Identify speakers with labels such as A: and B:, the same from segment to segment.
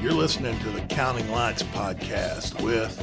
A: You're listening to the Counting Lights podcast with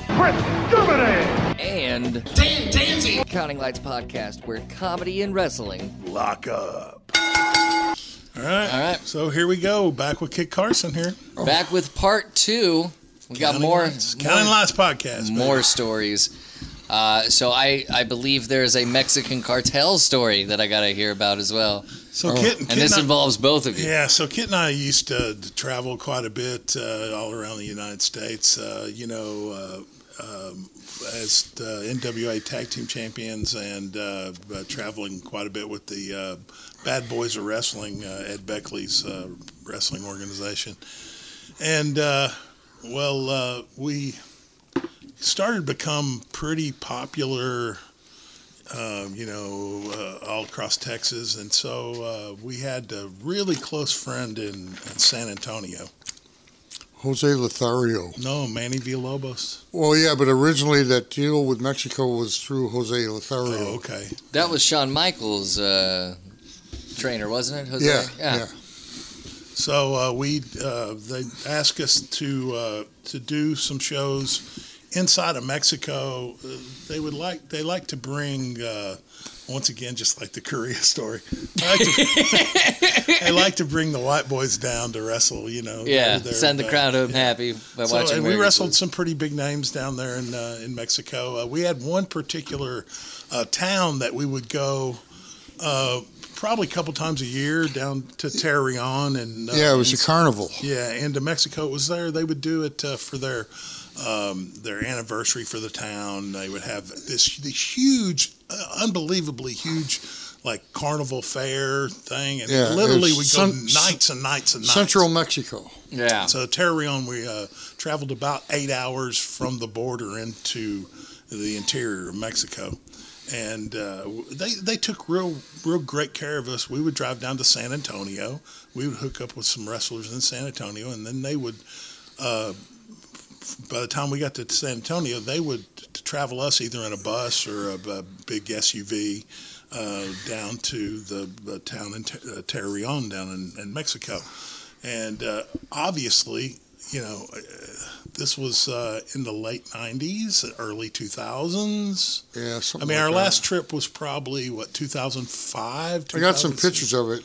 B: and Counting Lights podcast, where comedy and wrestling.
A: Lock Up. All right.
B: All right.
A: So here we go. Back with Kit Carson here.
B: Back with part two. We got
A: Counting
B: more
A: Lights. Counting Lights podcast. baby.
B: more stories. Uh, so I, I believe there is a Mexican cartel story that I got to hear about as well.
C: Oh.
A: So Kit,
B: And
A: Kit
B: this
A: I-
B: involves both of you.
A: Yeah, so Kit and I used to, to travel quite a bit uh, all around the United States. Uh, you know, uh, um, as the NWA Tag Team Champions, and uh, uh, traveling quite a bit with the uh, Bad Boys of Wrestling, uh, Ed Beckley's uh, wrestling organization. And uh, well, uh, we started to become pretty popular um, you know, uh, all across Texas. And so uh, we had a really close friend in, in San Antonio.
C: Jose Lothario.
A: No, Manny Villalobos.
C: Well, yeah, but originally that deal with Mexico was through Jose Lothario.
A: Oh, okay.
B: That was Shawn Michaels' uh, trainer, wasn't it? Jose?
C: Yeah, yeah,
A: So uh, we uh, they asked us to uh, to do some shows inside of Mexico. Uh, they would like they like to bring uh, once again just like the Korea story. They like, to, they like to bring the white boys down to wrestle. You know.
B: Yeah,
A: They're-
B: send the
A: they're-
B: crowd home happy by
A: So,
B: watching.
A: and we wrestled
B: America's Wrestling.
A: some pretty big names down there in uh, in Mexico. Uh, we had one particular uh, town that we would go uh, probably a couple times a year down to Tarrion and uh,
C: yeah. It was a carnival.
A: yeah, and to Mexico it was there. They would do it uh, for their um, their anniversary for the town. They would have this this huge, uh, unbelievably huge, like carnival fair thing, and
C: Yeah,
A: literally
C: it's
A: we go
C: cen-
A: nights and nights and nights.
C: Central Mexico.
B: Yeah.
A: So Terrarion, we uh, traveled about eight hours from the border into the interior of Mexico, and uh, w- they they took real real great care of us. We would drive down to San Antonio. We would hook up with some wrestlers in San Antonio, and then they would. Uh, by the time we got to San Antonio, they would t- travel us either in a bus or a, a big SUV uh, down to the, the town in Ter- uh, Terrarion down in, in Mexico. And uh, obviously, you know, uh, this was uh, in the late 90s, early 2000s.
C: Yeah,
A: I
C: something
A: mean,
C: like
A: our
C: that.
A: last trip was probably, what, 2005?
C: I got some pictures of it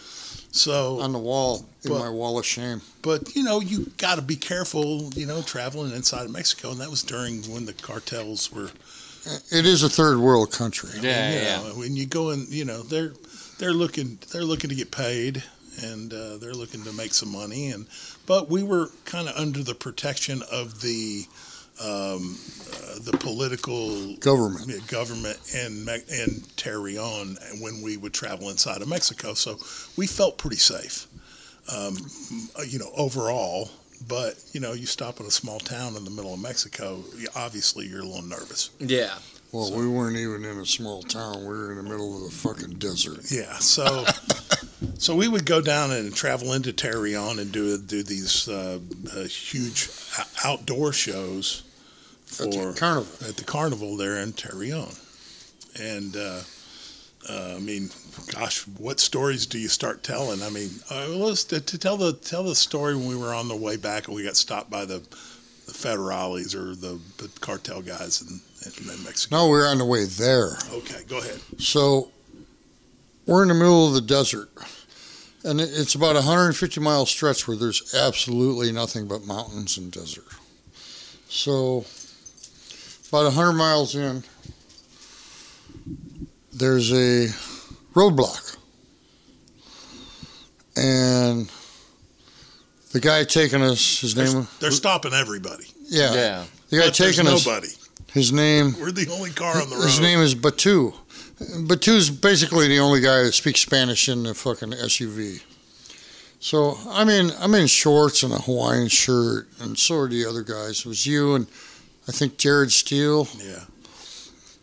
A: So,
C: on the wall in
A: But-
C: my wall of shame.
A: but, you know, you got to be careful, you know, traveling inside of Mexico. And that was during when the cartels were
C: It is a third world country.
B: yeah,
A: you
B: yeah.
A: know, when you go in, you know, they're they're looking they're looking to get paid and uh, they're looking to make some money and but we were kind of under the protection of the um, uh, the political
C: Government.
A: yeah, government in Me- in Tarrion when we would travel inside of Mexico. So we felt pretty safe, um, uh, you know, overall. But you know, you stop in a small town in the middle of Mexico, you- obviously you're a little nervous.
B: Yeah.
C: Well, we weren't even in a small town. We were in the middle of the fucking desert.
A: Yeah, so so we would go down and travel into Tarrion and do do these uh, uh, huge o- outdoor shows for
C: At the carnival.
A: at the carnival there in Tarrion. And uh, uh, I mean, gosh, what stories do you start telling? I mean, uh, let's to, to tell the tell the story when we were on the way back and we got stopped by the the federales or the, the cartel guys in, in Mexico.
C: No, we were on the way there.
A: Okay, go ahead.
C: So we're in the middle of the desert, and it- it's about a 150 mile stretch where there's absolutely nothing but mountains and desert. So about 100 miles in, there's a roadblock, and the guy taking us, his name,
A: They're stopping everybody.
C: yeah,
B: Yeah.
C: the guy
A: But there's
C: taking us,
A: nobody.
C: his name
A: We're the only car on the road.
C: His name is Batu. Batu's basically the only guy that speaks Spanish in the fucking SUV. So I'm in I'm in shorts and a Hawaiian shirt, and so are the other guys. It was you and I think Jared Steele,
A: Yeah.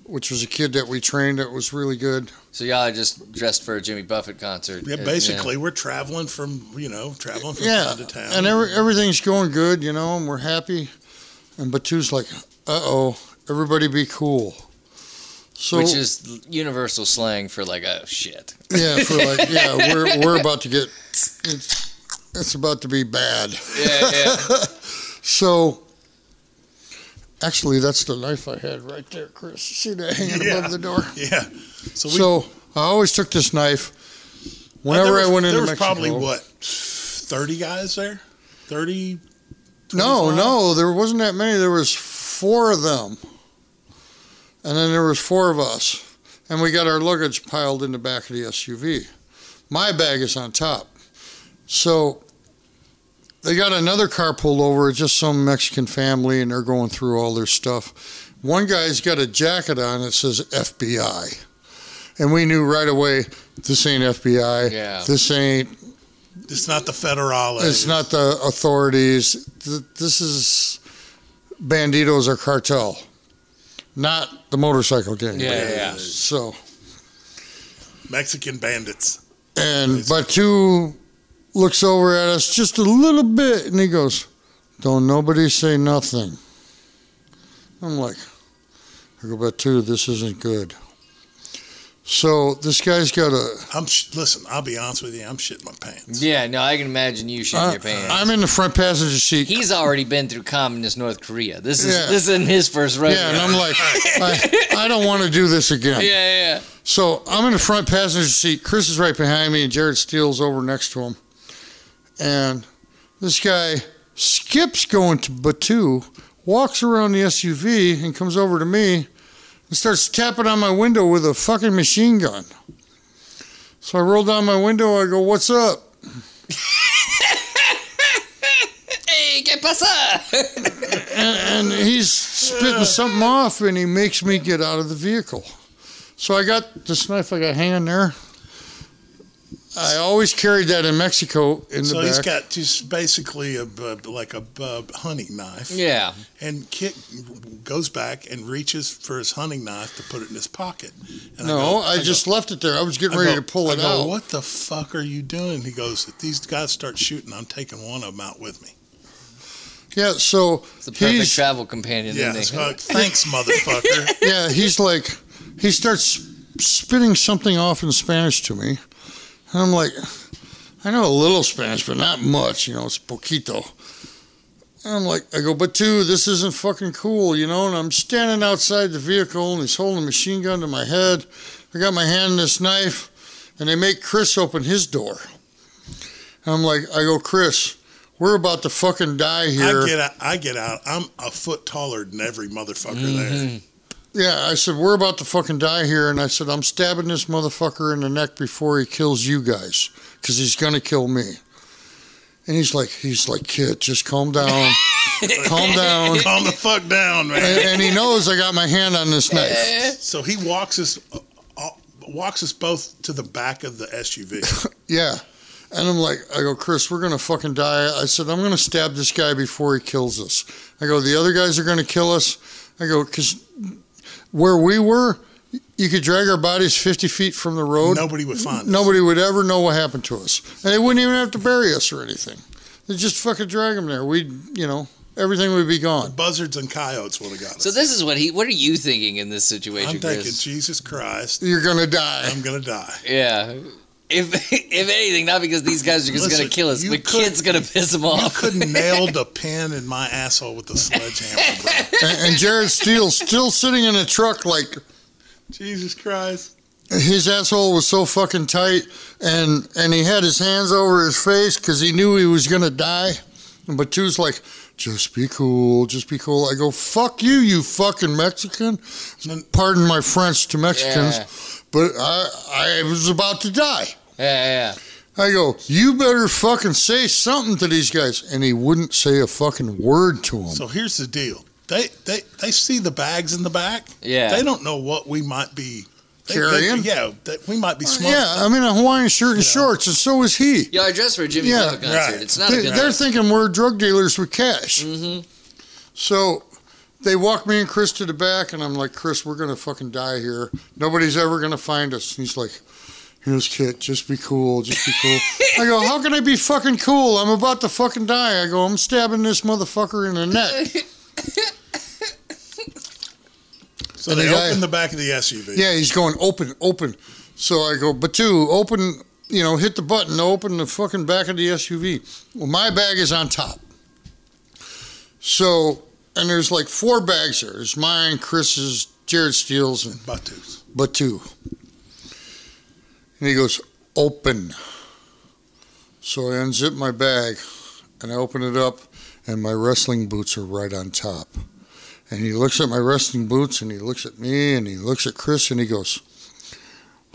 C: which was a kid that we trained that was really good.
B: So y'all are just dressed for a Jimmy Buffett concert.
A: Yeah, basically, we're traveling from, you know, traveling from
C: yeah,
A: town to town.
C: and every, everything's going good, you know, and we're happy. And Batu's like, "Uh oh, everybody be cool." So
B: Which is universal slang for like, oh shit.
C: yeah, for like yeah, we're we're about to get it's it's about to be bad.
B: Yeah, yeah.
C: So, actually, that's the knife I had right there, Chris. See that hanging
A: Yeah.
C: above the door?
A: Yeah. So we.
C: So, I always took this knife
A: there
C: whenever
A: was-
C: I went into
A: there was
C: Mexico.
A: probably what thirty guys there, thirty.
C: No,
A: 25?
C: no, there wasn't that many. There was four of them, and then there was four of us, and we got our luggage piled in the back of the SUV. My bag is on top, so they got another car pulled over. It's just some Mexican family, and they're going through all their stuff. One guy's got a jacket on that says FBI, and we knew right away this ain't FBI.
B: Yeah.
C: This ain't
A: It's not the federales.
C: it's not the authorities. Th- This is banditos or cartel, not the motorcycle gang.
B: Yeah, yeah.
C: So
A: Mexican bandits.
C: and Batu looks over at us just a little bit, and he goes, "Don't nobody say nothing." I'm like, I go, Batu, this isn't good. So this guy's got a
A: I'm sh- listen. I'll be honest with you. I'm shitting my pants.
B: Yeah, no, I can imagine you shitting
C: I-
B: your pants.
C: Uh, I'm in the front passenger seat.
B: He's already been through communist North Korea. This is
C: Yeah.
B: this isn't his first rodeo.
C: yeah, and I'm like, I, I don't want to do this again.
B: yeah, yeah,
C: So I'm in the front passenger seat. Chris is right behind me, and Jared Steele's over next to him. And this guy skips going to Batu, walks around the SUV, and comes over to me and starts tapping on my window with a fucking machine gun. So I roll down my window. I go, "What's up?"
B: yeah. Hey, ¿qué pasa?
C: and he's spitting something off and he makes me get out of the vehicle. So I got this knife I got hanging there. I always carried that in Mexico in the
A: So
C: back.
A: he's got just basically a bu- like a bu- hunting knife,
B: yeah.
A: and Kit goes back and reaches for his hunting knife to put it in his pocket. And
C: no,
A: go-
C: I,
A: go-
C: just left it there. I was
A: I
C: getting ready
A: go-
C: to pull
A: I
C: it
A: go,
C: out.
A: What the fuck are you doing? He goes, if these guys start shooting, I'm taking one of them out with me.
C: Yeah, so
B: It's the perfect
C: he's
B: travel companion.
A: Yeah,
B: isn't
A: it's
B: he?
A: like, thanks, motherfucker.
C: yeah, he's like he starts spitting something off in Spanish to me. And I'm like, I know a little Spanish, but not much, you know, it's poquito. And I'm like, I go, but dude, this isn't fucking cool, you know? And I'm standing outside the vehicle and he's holding a machine gun to my head. I got my hand in this knife and they make Chris open his door. And I'm like, I go, Chris, we're about to fucking die here.
A: I get out. I get out. I'm a foot taller than every motherfucker there.
C: Mm-hmm. Yeah, I said, we're about to fucking die here. And I said, I'm stabbing this motherfucker in the neck before he kills you guys because he's going to kill me. And he's like, he's like, kid, just calm down. calm down.
A: Calm the fuck down, man.
C: And, and he knows I got my hand on this knife.
A: So he walks us, uh, uh, walks us both to the back of the SUV.
C: Yeah. And I'm like, I go, Chris, we're going to fucking die. I said, I'm going to stab this guy before he kills us. I go, the other guys are going to kill us. I go, because where we were, you could drag our bodies 50 feet from the road.
A: Nobody would find us.
C: Nobody would ever know what happened to us, and they wouldn't even have to bury us or anything. They just fucking drag them there. We, would you know, everything would be gone.
A: Buzzards and coyotes would have got us.
B: So this is what he. What are you thinking in this situation,
A: I'm thinking,
B: Chris?
A: Jesus Christ,
C: You're gonna die.
A: I'm gonna die.
B: Yeah. If if anything, not because these guys are just
A: Listen,
B: gonna kill us,
A: you
B: but
A: could-
B: kid's gonna piss him
A: You
B: off.
A: could nailed a pin in my asshole with a sledgehammer. Bro.
C: and, and Jared Steele's still sitting in a truck, like
A: Jesus Christ.
C: his asshole was so fucking tight, and and he had his hands over his face because he knew he was gonna die. But two's like, just be cool, just be cool. I go, fuck you, you fucking Mexican. Pardon my French to Mexicans,
B: Yeah.
C: but I I was about to die.
B: Yeah, yeah.
C: I go, you better fucking say something to these guys. And he wouldn't say a fucking word to him.
A: So here's the deal. They they they see the bags in the back.
B: Yeah.
A: They don't know what we might be they- they-
C: Carrying? Oh,
A: yeah, that we might be smart.
C: yeah, I'm in a Hawaiian shirt and shorts, and so is he.
B: Yo, I dressed for a Jimmy
C: Yeah,
B: Buffett concert.
A: right.
B: It's not a
C: They,
B: good
C: are thinking we're drug dealers with cash.
B: Mhm.
C: So they walk me and Chris to the back, and I'm like, Chris, we're going to fucking die here. Nobody's ever going to find us. And he's like, here's Kit, just be cool, just be cool. I go, how can I be fucking cool? I'm about to fucking die. I go, I'm stabbing this motherfucker in the neck.
A: So
C: And
A: they
C: the guy-
A: open the back of the SUV.
C: Yeah, he's going open, open. So I go, Batu, open, you know, hit the button to open the fucking back of the SUV. Well, my bag is on top. So, and there's like four bags there. There's mine, Chris's, Jared Steele's, and
A: Batu's.
C: Batu. And he goes, open. So I unzip my bag and I open it up, and my wrestling boots are right on top. And he looks at my wrestling boots and he looks at me and he looks at Chris and he goes,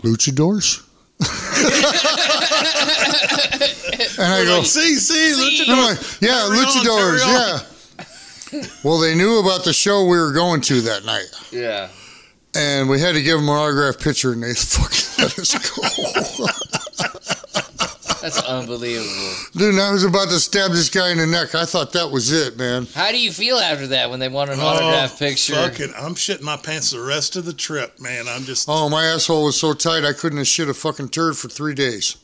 C: Luchadors? and I go,
A: see, see,
B: See?
A: look at-
C: I'm like, yeah,
A: Carry on,
C: luchadors,
A: carry
C: yeah. well, they knew about the show we were going to that night,
B: Yeah.
C: and we had to give them an autograph picture, and they fucking let us go.
B: That's unbelievable.
C: Dude, I was about to stab this guy in the neck. I thought that was it, man.
B: How do you feel after that when they want an autograph picture?
A: Oh, Fuck it. I'm shitting my pants the rest of the trip, man. I'm just
C: Oh, my asshole was so tight I couldn't have shit a fucking turd for three days.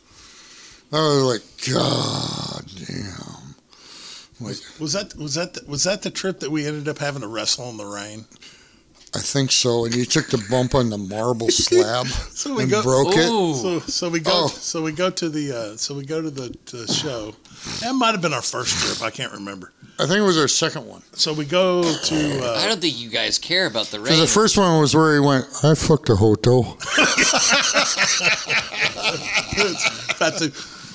C: I was like, God damn.
A: was that was that the, was that the trip that we ended up having to wrestle in the rain?
C: I think so. And you took the bump on the marble slab
A: So we
C: and
A: go
C: broke it.
B: Ooh.
A: so, so we go
C: Oh.
A: so we go to the uh, so we go to the, the show. That might have been our first trip. I can't remember.
C: I think it was our second one.
A: So we go to
B: I
A: uh,
B: don't think you guys care about the rain.
C: Because the first one was where he went, I fucked a hotel.
A: Batu.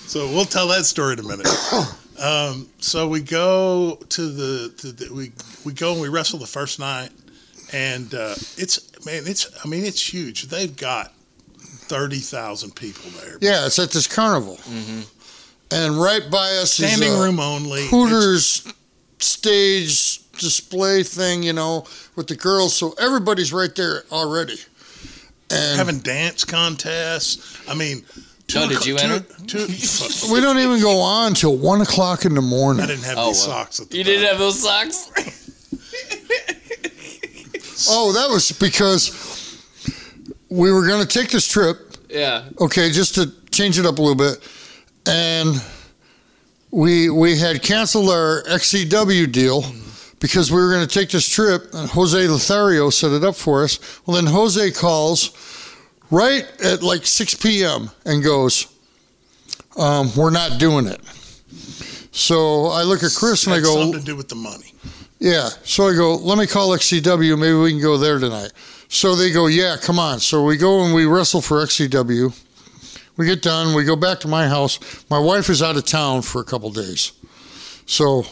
A: So we'll tell that story in a minute. Um, so we go to the, to the we we go and we wrestle the first night, and uh, it's man, it's I mean it's huge. They've got thirty thousand people there,
C: Yeah, it's at this carnival. And right by us
A: Mm-hmm. standing
C: is uh, a
A: room only. It's-
C: Hooters stage display thing, you know, with the girls. So everybody's right there already. And
A: having dance contests. I mean, two
B: Oh, did
A: o'clock-
B: you
A: two-
B: enter?
A: two- fuck,
C: we don't even go on till one o'clock in the
A: I
C: morning.
A: didn't have
B: Oh,
A: any
B: well.
A: socks at the
B: you
A: time.
B: didn't have those socks?
C: Oh, that was because we were going to take this trip
B: yeah.
C: okay, just to change it up a little bit, and we we had canceled our XCW deal because we were going to take this trip, and Jose Lothario set it up for us. Well, then Jose calls right at like 6 p.m. and goes, um, "We're not doing it." So I look at Chris and I
A: Had
C: go,
A: something to do with the money.
C: yeah. So I go, let me call XCW. Maybe we can go there tonight. So they go, yeah, come on. So we go and we wrestle for XCW. We get done. We go back to my house. My wife is out of town for a couple days. So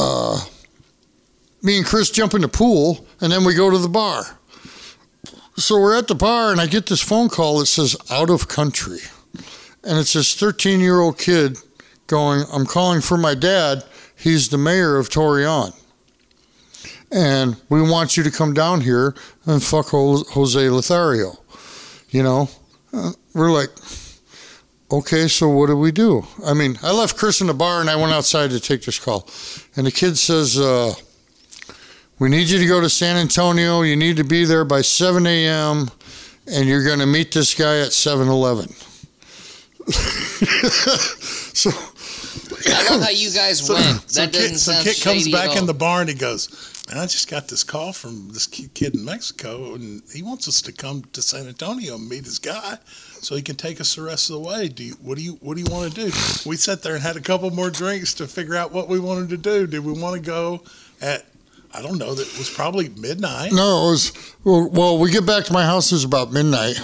C: uh, me and Chris jump in the pool and then we go to the bar. So we're at the bar and I get this phone call that says out of country. And it's this 13 year old kid going, I'm calling for my dad he's the mayor of Torreon. And we want you to come down here and fuck Ho- Jose Lothario. You know, Uh, we're like, okay, so what do we do? I mean, I left Chris in the bar and I went outside to take this call. And the kid says, uh, we need you to go to San Antonio. You need to be there by 7 a.m. And you're going to meet this guy at 7 Eleven. so
B: I love how you guys went.
A: so
B: that
A: Kit,
B: doesn't
A: so
B: sound
A: Kit comes
B: shady at
A: back in
B: all.
A: the bar and he goes, "Man, I just got this call from this ki- kid in Mexico, and he wants us to come to San Antonio and meet his guy, so he can take us the rest of the way. Do you, what do you What do you want to do?" We sat there and had a couple more drinks to figure out what we wanted to do. Did we want to go at I don't know. That was probably midnight.
C: No, it was well, well. We get back to my house it was about midnight,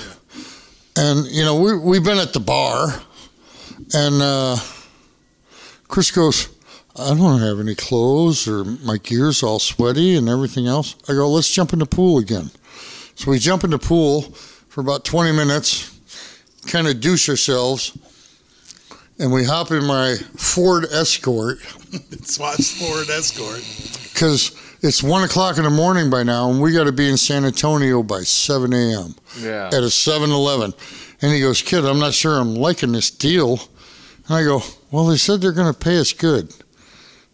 C: and you know we we've been at the bar, and uh, Chris goes, "I don't have any clothes, or my gear's all sweaty and everything else." I go, "Let's jump in the pool again." So we jump in the pool for about twenty minutes, kind of douche ourselves, and we hop in my Ford Escort
A: That's why it's Ford Escort.
C: because it's one o'clock in the morning by now, and we got to be in San Antonio by seven a.m.
B: Yeah.
C: at a 7-Eleven. And he goes, "Kid, I'm not sure I'm liking this deal." And I go, "Well, they said they're going to pay us good."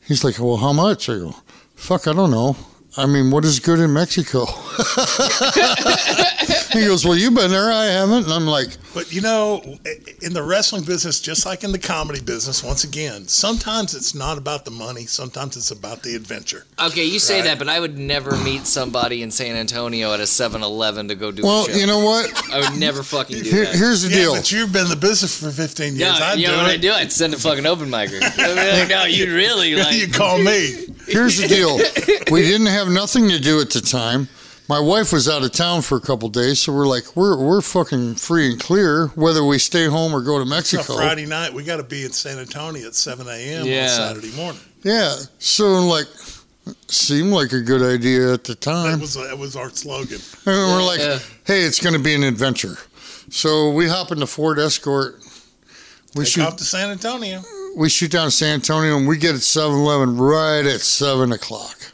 C: He's like, "Well, how much?" I go, "Fuck, I don't know. I mean, what is good in Mexico?" he goes, "Well, you've been there, I haven't." And I'm like,
A: But you know, in the wrestling business, just like in the comedy business, once again, sometimes it's not about the money. Sometimes it's about the adventure.
B: Okay, you say
A: Right.
B: that, but I would never meet somebody in San Antonio at a 7-Eleven to go do
C: "Well,
B: a show.
C: you know what?
B: I would never fucking do
C: Here,
B: that.
C: here's the
A: Yeah,
C: deal."
A: but you've been in the business for 15 years.
B: yeah,
A: I
B: you
A: do
B: know what
A: it.
B: I do? I'd send a fucking open micer. I'd be like, no, you really like.
A: you call me.
C: Here's the deal. We didn't have nothing to do at the time. My wife was out of town for a couple days, so we're like, we're we're fucking free and clear, whether we stay home or go to
A: It's a
C: Mexico.
A: Friday night. We got to be in San Antonio at 7 a.m. on
B: Yeah.
A: Saturday morning.
C: Yeah. So like, seemed like a good idea at the
A: That
C: time.
A: was that was our slogan.
C: And we're like,
B: Yeah.
C: hey, it's going to be an adventure. So we hop in the Ford Escort. We
A: Take
C: shoot
A: off to San Antonio.
C: we shoot down to San Antonio and we get at 7-Eleven right at seven o'clock.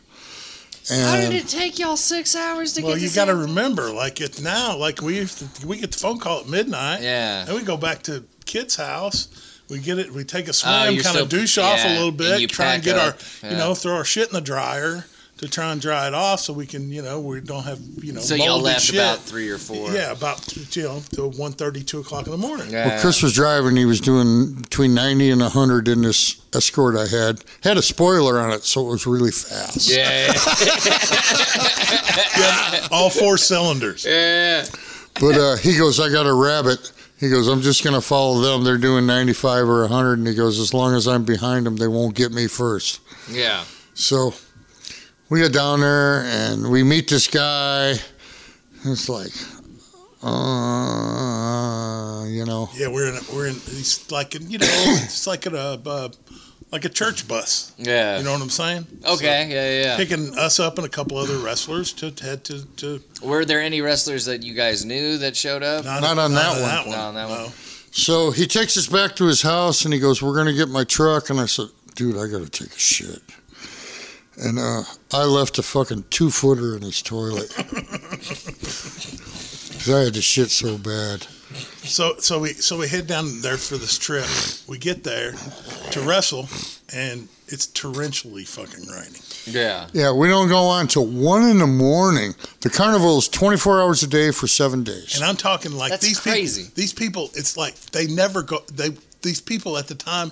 B: How did
C: And
B: it take y'all six hours to
A: Well,
B: get?
A: you
B: to
A: got to
B: San-
A: remember, like it now, like we used to, we get the phone call at midnight,
B: Yeah.
A: and we go back to kid's house. We get it. We take a
B: Oh,
A: swim,
B: you're
A: kind
B: still-
A: of douche off a
B: yeah,
A: little
B: and
A: bit,
B: you
A: try and
B: pack
A: get
B: up,
A: our,
B: yeah.
A: you know, throw our shit in the dryer to try and dry it off, so we can, you know, we don't have, you know,
B: So y'all
A: moldy
B: left
A: shit.
B: about three or four.
A: yeah, about you know, till one thirty, two o'clock in the morning.
B: Yeah.
C: well, Chris was driving. He was doing between 90 and 100 in this Escort I had. Had a spoiler on it, so it was really fast.
B: Yeah.
A: Yeah, all four cylinders.
B: yeah.
C: But uh, he goes, I got a rabbit. He goes, I'm just going to follow them. They're doing 95 or 100. And he goes, as long as I'm behind them, they won't get me first.
B: Yeah.
C: So we get down there and we meet this guy. It's like, uh, you know,
A: Yeah, we're in, we're in. It's like in, you know, it's like in a uh, like a church bus.
B: Yeah.
A: You know what I'm saying?
B: okay. yeah, yeah,
A: picking us up and a couple other wrestlers to to head to, to
B: yeah. Were there any wrestlers that you guys knew that showed up?
C: Not on that one.
B: Not on that one.
A: No.
C: So he takes us back to his house and he goes, We're going to get my truck. And I said, Dude, I got to take a shit. And uh, I left a fucking two footer in his toilet. 'Cause I had to shit so bad.
A: So so we so we head down there for this trip. We get there to wrestle, and it's torrentially fucking raining.
B: Yeah.
C: Yeah, we don't go on till one in the morning. The carnival is 24 hours a day for seven days.
A: And I'm talking like
B: That's
A: these
B: crazy.
A: people. These people, it's like they never go. They these people at the time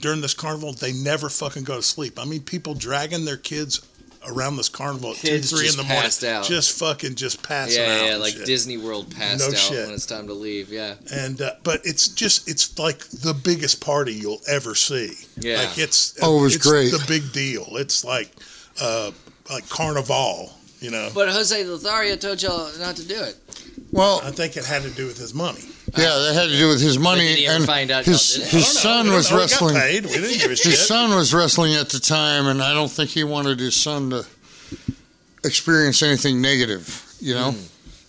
A: during this carnival, they never fucking go to sleep. I mean, people dragging their kids around this carnival at
B: Kids
A: two, three
B: just
A: in the morning,
B: passed out.
A: just fucking just passing out.
B: Yeah, yeah,
A: and
B: like
A: shit.
B: Disney World passed
A: No
B: out
A: shit.
B: when it's time to leave. Yeah,
A: and uh, but it's just it's like the biggest party you'll ever see.
B: Yeah.
A: like it's
C: Oh, it was
A: it's
C: great.
A: The big deal. It's like uh, like carnival. You know,
B: but Jose Lothario told y'all not to do it.
C: Well,
A: I think it had to do with his money.
C: yeah, that had to do with his money.
B: did he ever
C: and
B: find out
C: his,
B: y'all did it?
A: I
C: his
A: don't know.
C: son
A: We don't
C: was
A: know. We got
C: wrestling.
A: paid. We didn't give a shit.
C: His son was wrestling at the time, and I don't think he wanted his son to experience anything negative. You know,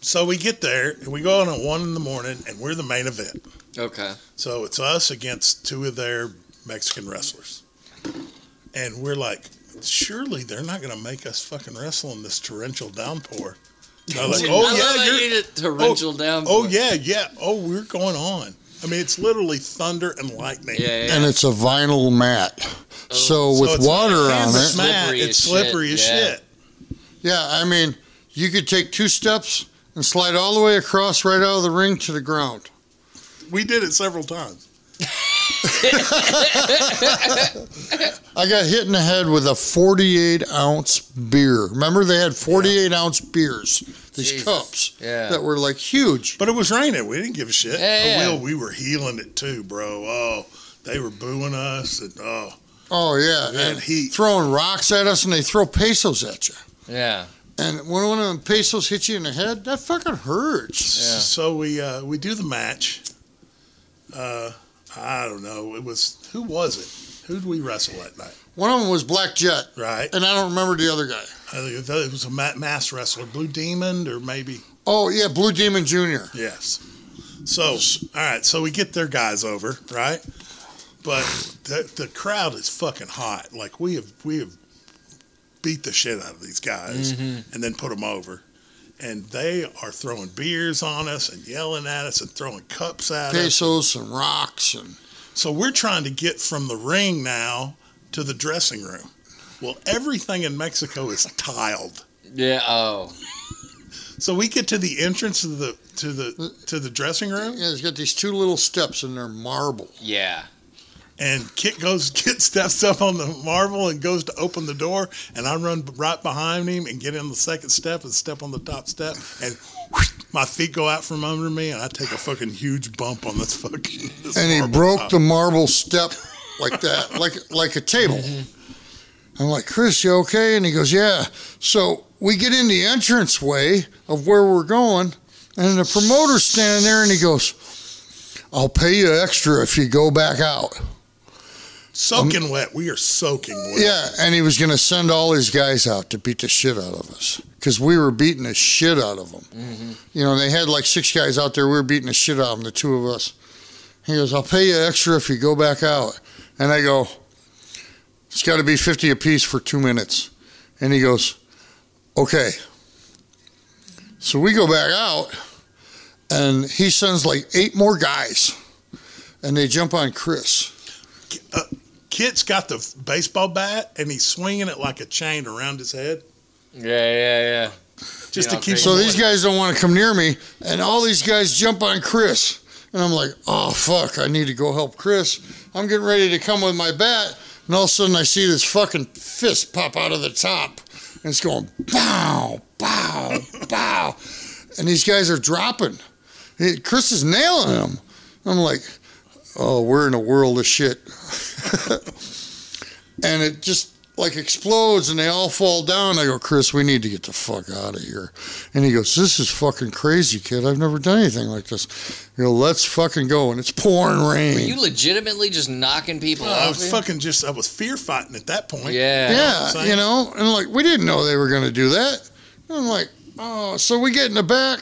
A: So we get there and we go on at one in the morning, and we're the main event.
B: Okay.
A: So it's us against two of their Mexican wrestlers, and we're like, surely they're not going to make us fucking wrestle in this torrential downpour. And I'm like,
B: Dude,
A: oh
B: I love
A: yeah,
B: how
A: you're,
B: you did torrential down.
A: Oh yeah, yeah. Oh, we're going on. I mean, it's literally thunder and lightning.
B: Yeah, yeah.
C: and it's a vinyl mat, so
A: So
C: with
A: it's-
C: water on
A: it's
B: Kansas-
C: it.
A: smack,
B: Slippery
A: it's
B: as
A: slippery
B: shit,
A: as
B: yeah.
A: shit.
C: Yeah, I mean, you could take two steps and slide all the way across right out of the ring to the ground.
A: We did it several times.
C: I got hit in the head with a 48 ounce beer. Remember, they had 48 ounce beers, these
B: Jesus.
C: cups
B: Yeah.
C: that were like huge.
A: But it was raining. We didn't give a shit.
B: Yeah,
A: Oh,
B: yeah.
A: Will, we were healing it too, bro. Oh, they were booing us and oh,
C: Oh, yeah.
A: Man,
C: and
A: heat.
C: throwing rocks at us, and they throw pesos at you.
B: yeah.
C: And when one of them pesos hits you in the head, that fucking hurts.
B: Yeah.
A: So we uh, we do the match. Uh, I don't know. It was who was it? Who did we wrestle that night?
C: One of them was Black Jet,
A: Right.
C: and I don't remember the other guy.
A: I think it was a ma- mass wrestler, Blue Demon, or maybe
C: Oh, yeah, Blue Demon Jr.
A: Yes. So, all right. So we get their guys over, right? But the, the crowd is fucking hot. Like we have we have beat the shit out of these guys and then put them over, and they are throwing beers on us and yelling at us and throwing cups at us.
C: Pesos and rocks and
A: So we're trying to get from the ring now to the dressing room. Well, everything in Mexico is tiled.
B: Yeah. Oh.
A: So we get to the entrance to the to the to the dressing room.
C: yeah, he's got these two little steps and they're marble.
B: Yeah.
A: And Kit goes, Kit steps up on the marble and goes to open the door, and I run right behind him and get in the second step and step on the top step, and whoosh, my feet go out from under me, and I take a fucking huge bump on this fucking. This
C: and he
A: marble
C: broke
A: top.
C: the marble step like that, like like a table. I'm like, Chris, you okay? And he goes, Yeah. So we get in the entrance way of where we're going, and the promoter's standing there, and he goes, I'll pay you extra if you go back out.
A: Soaking wet. We are soaking wet.
C: Yeah, and he was going to send all his guys out to beat the shit out of us because we were beating the shit out of them. You know, they had like six guys out there. We were beating the shit out of them, the two of us. He goes, I'll pay you extra if you go back out. And I go, it's got to be 50 apiece for two minutes. And he goes, okay. So we go back out, and he sends like eight more guys, and they jump on Chris.
A: Uh, Kit's got the f- baseball bat and he's swinging it like a chain around his head
B: Yeah, yeah,
A: just
B: Yeah,
A: to keep.
B: okay.
C: So these guys don't want to come near me, and all these guys jump on Chris, and I'm like, oh fuck, I need to go help Chris. I'm getting ready to come with my bat, and all of a sudden I see this fucking fist pop out of the top, and it's going bow, bow, bow, and these guys are dropping. Hey, Chris is nailing them. I'm like, oh, we're in a world of shit, and it just like explodes and they all fall down. I go, Chris, we need to get the fuck out of here. And he goes, This is fucking crazy, kid. I've never done anything like this. You go, let's fucking go. And it's pouring rain.
B: yeah. You legitimately just knocking people
A: I
B: off.
A: was fucking just. I was fear fighting at that point.
B: yeah.
C: yeah,
A: so-
C: you know, and like we didn't know they were going to do that. And I'm like, oh, so we get in the back.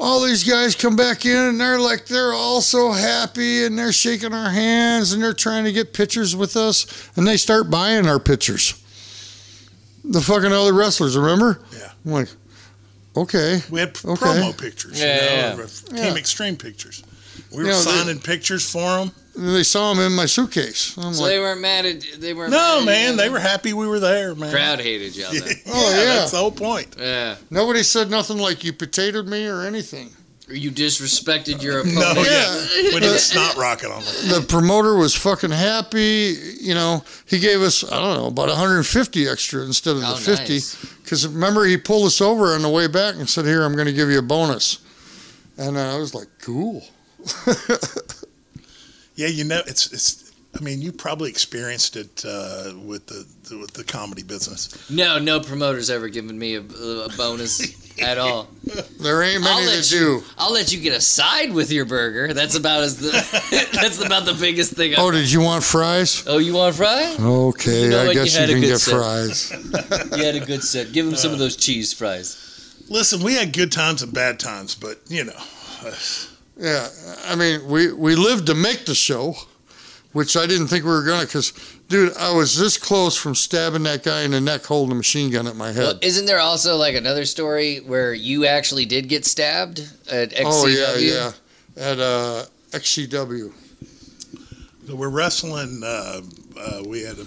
C: All these guys come back in, and they're like, they're all so happy, and they're shaking our hands, and they're trying to get pictures with us, and they start buying our pictures. The fucking other wrestlers, remember?
A: Yeah.
C: I'm like, okay.
A: We had
C: Okay.
A: promo pictures,
B: Yeah, yeah,
A: you know, of
C: Yeah.
A: Team Extreme pictures. We were
C: You know, they-
A: signing pictures for them.
C: And they saw them in my suitcase. I'm
B: So
C: like,
B: they weren't mad at they weren't. mad
A: No,
B: at
A: man,
B: you.
A: they were happy we were there, man.
B: crowd hated y'all.
A: Yeah,
B: Then.
C: Oh, yeah.
A: that's the whole point.
B: Yeah.
C: nobody said nothing like you potatoed me or anything.
B: Or You disrespected your opponent.
A: No, yeah,
C: Oh, yeah.
A: we did a snot rocket on them.
C: the promoter was fucking happy. You know, he gave us I don't know about 150 extra instead of
B: Oh,
C: the 50.
B: nice.
C: Because remember, he pulled us over on the way back and said, "Here, I'm going to give you a bonus." And uh, I was like, "Cool."
A: Yeah, you know, it's it's. I mean, you probably experienced it uh, with the with the comedy business.
B: No, no promoter's ever given me a, a bonus at all.
C: There ain't
B: I'll
C: many that
B: let
C: do.
B: you. I'll let you get a side with your burger. That's about as the. that's about the biggest thing. I,
C: Oh,
B: oh,
C: did you want fries?
B: you want fry?
C: Okay,
B: You know
C: I
B: what? You
C: guess you,
B: had a
C: can
B: good
C: get
B: set.
C: fries.
B: You had a good set. Give him some of those cheese fries.
A: Listen, we had good times and bad times, but you know,
C: Yeah, I mean, we we lived to make the show, which I didn't think we were gonna. Because, dude, I was this close from stabbing that guy in the neck, holding a machine gun at my head.
B: Well, isn't there also like another story where you actually did get stabbed at XCW?
C: Oh yeah, yeah. At uh, XCW.
A: we're wrestling. Uh, uh, we had a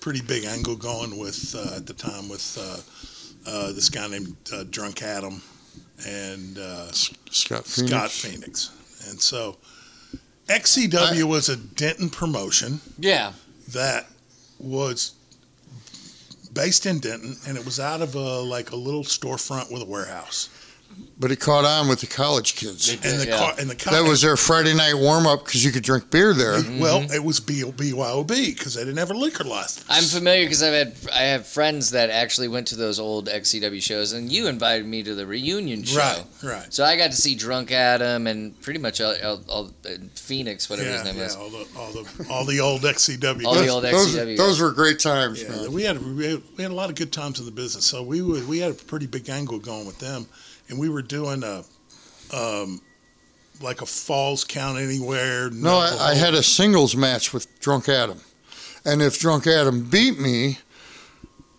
A: pretty big angle going with uh, at the time with uh, uh, this guy named uh, Drunk Adam and uh,
C: Scott Phoenix.
A: Scott Phoenix, and so XCW was a Denton promotion.
B: Yeah.
A: that was based in Denton, and it was out of a like a little storefront with a warehouse.
C: But it caught on with the college kids.
B: They-
A: And the
B: Yeah.
A: car and the car,
C: That was their Friday night warm up because you could drink beer there. Mm-hmm.
A: well, it was B- BYOB because they didn't have a liquor license.
B: I'm familiar because I've had I have friends that actually went to those old XCW shows, and you invited me to the reunion show.
A: right, right.
B: So I got to see Drunk Adam and pretty much all, all, all uh, Phoenix, whatever
A: yeah,
B: his name
A: yeah,
B: is.
A: all the all the all the old XCW.
B: All the old E
C: those,
B: XCW.
C: those were great times,
A: yeah,
C: man.
A: we had we had we had a lot of good times in the business. So we were, we had a pretty big angle going with them, and we were doing a. Um, like a falls count anywhere.
C: No, I, I had a singles match with Drunk Adam, and if Drunk Adam beat me,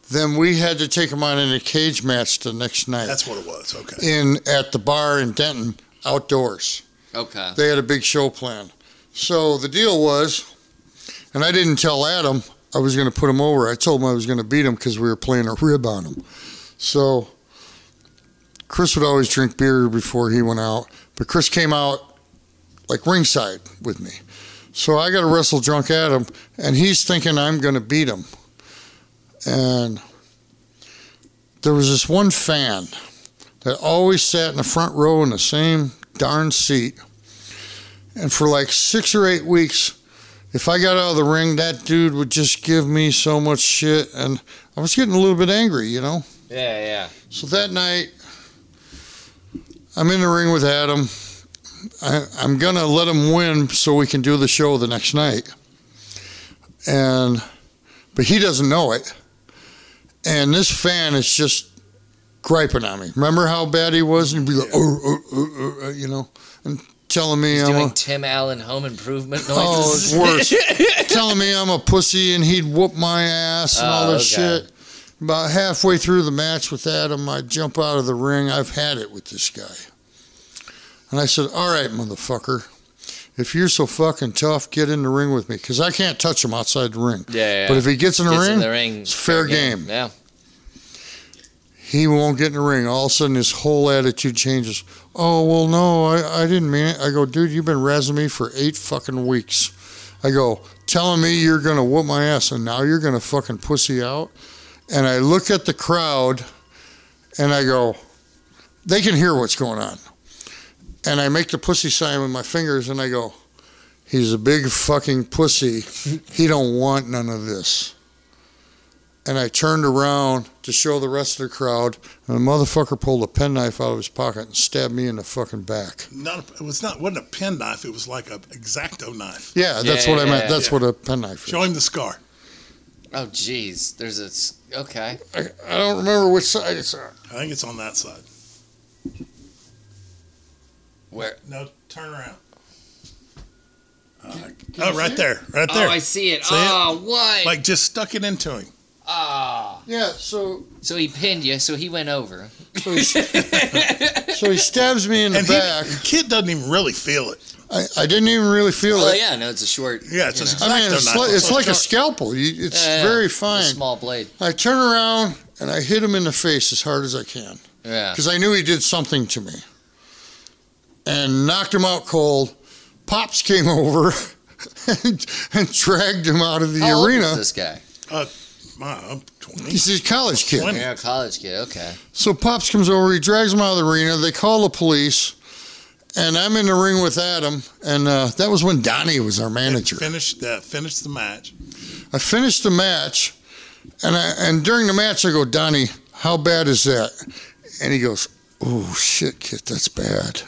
C: then we had to take him on in a cage match the next night
A: That's what it was. Okay.
C: in at the bar in Denton outdoors.
B: Okay.
C: they had a big show plan. So the deal was, and I didn't tell Adam I was going to put him over. I told him I was going to beat him because we were playing a rib on him. So Chris would always drink beer before he went out, but Chris came out like ringside with me. So I got to wrestle drunk Adam, and he's thinking I'm going to beat him. And there was this one fan that always sat in the front row in the same darn seat. And for like six or eight weeks, if I got out of the ring, that dude would just give me so much shit, and I was getting a little bit angry, you know.
B: Yeah, yeah.
C: So that night, I'm in the ring with Adam. I, I'm gonna let him win so we can do the show the next night. And but he doesn't know it. And this fan is just griping on me. Remember how bad he was, and he'd be like, "Oh, oh, oh, oh," you know, and telling me
B: He's
C: I'm
B: doing
C: a,
B: Tim Allen home improvement
C: oh, it's
B: noises.
C: worse, telling me I'm a pussy and he'd whoop my ass and all
B: Oh,
C: this
B: okay.
C: shit. About halfway through the match with Adam, I jump out of the ring. I've had it with this guy, and I said, "All right, motherfucker." If you're so fucking tough, get in the ring with me because I can't touch him outside the ring.
B: yeah, yeah.
C: But if he gets in the
B: Gets
C: ring,
B: in the ring,
C: it's fair game.
B: Yeah.
C: he won't get in the ring. All of a sudden, his whole attitude changes. Oh, well, no, I, I didn't mean it. I go, dude, you've been razzing me for eight fucking weeks. I go, telling me you're going to whoop my ass and now you're going to fucking pussy out. And I look at the crowd and I go, they can hear what's going on. And I make the pussy sign with my fingers and I go, he's a big fucking pussy. He don't want none of this and I turned around to show the rest of the crowd, and the motherfucker pulled a penknife out of his pocket and stabbed me in the fucking back.
A: Not a, it was not wasn't a penknife. It was like a exacto knife.
C: Yeah, that's
B: Yeah,
C: what I meant.
B: yeah,
C: that's
A: yeah.
C: what a penknife is.
A: Show him the scar.
B: Oh, jeez. There's a. s- Okay.
C: I, I don't remember which side it's on.
A: I think it's on that side.
B: Where?
A: No, turn around. Uh,
C: you
A: oh, right
C: see it?
A: there, right there.
B: Oh, I see it.
A: See it?
B: oh, what?
A: like just stuck it into him.
B: Ah.
C: Yeah, so
B: So he pinned you. So he went over.
C: so he, so he stabs me in the
A: And he,
C: back.
A: the kid doesn't even really feel it.
C: I, I didn't even really feel
B: Oh
C: it.
B: yeah. No, it's a short.
A: Yeah, it's
B: you
A: just
B: know,
C: I mean,
A: exacto
C: it's
A: knife.
C: like, it's like a
A: sharp-
C: scalpel. You, it's
B: Yeah, yeah.
C: very
B: a
C: fine.
B: small blade.
C: I turn around and I hit him in the face as hard as I can.
B: Yeah.
C: because I knew he did something to me and knocked him out cold. Pops came over and, and dragged him out of the
B: How old is
C: arena.
B: this guy?
A: My, I'm 20.
C: He's a college kid.
A: Twenty.
B: Yeah, college kid. Okay.
C: So Pops comes over, he drags him out of the arena. They call the police, and I'm in the ring with Adam. And uh, that was when Donnie was our manager.
A: Finished that. Finished the match.
C: I finished the match, and I, and during the match, I go, Donnie, how bad is that? And he goes, Oh shit, kid, that's bad.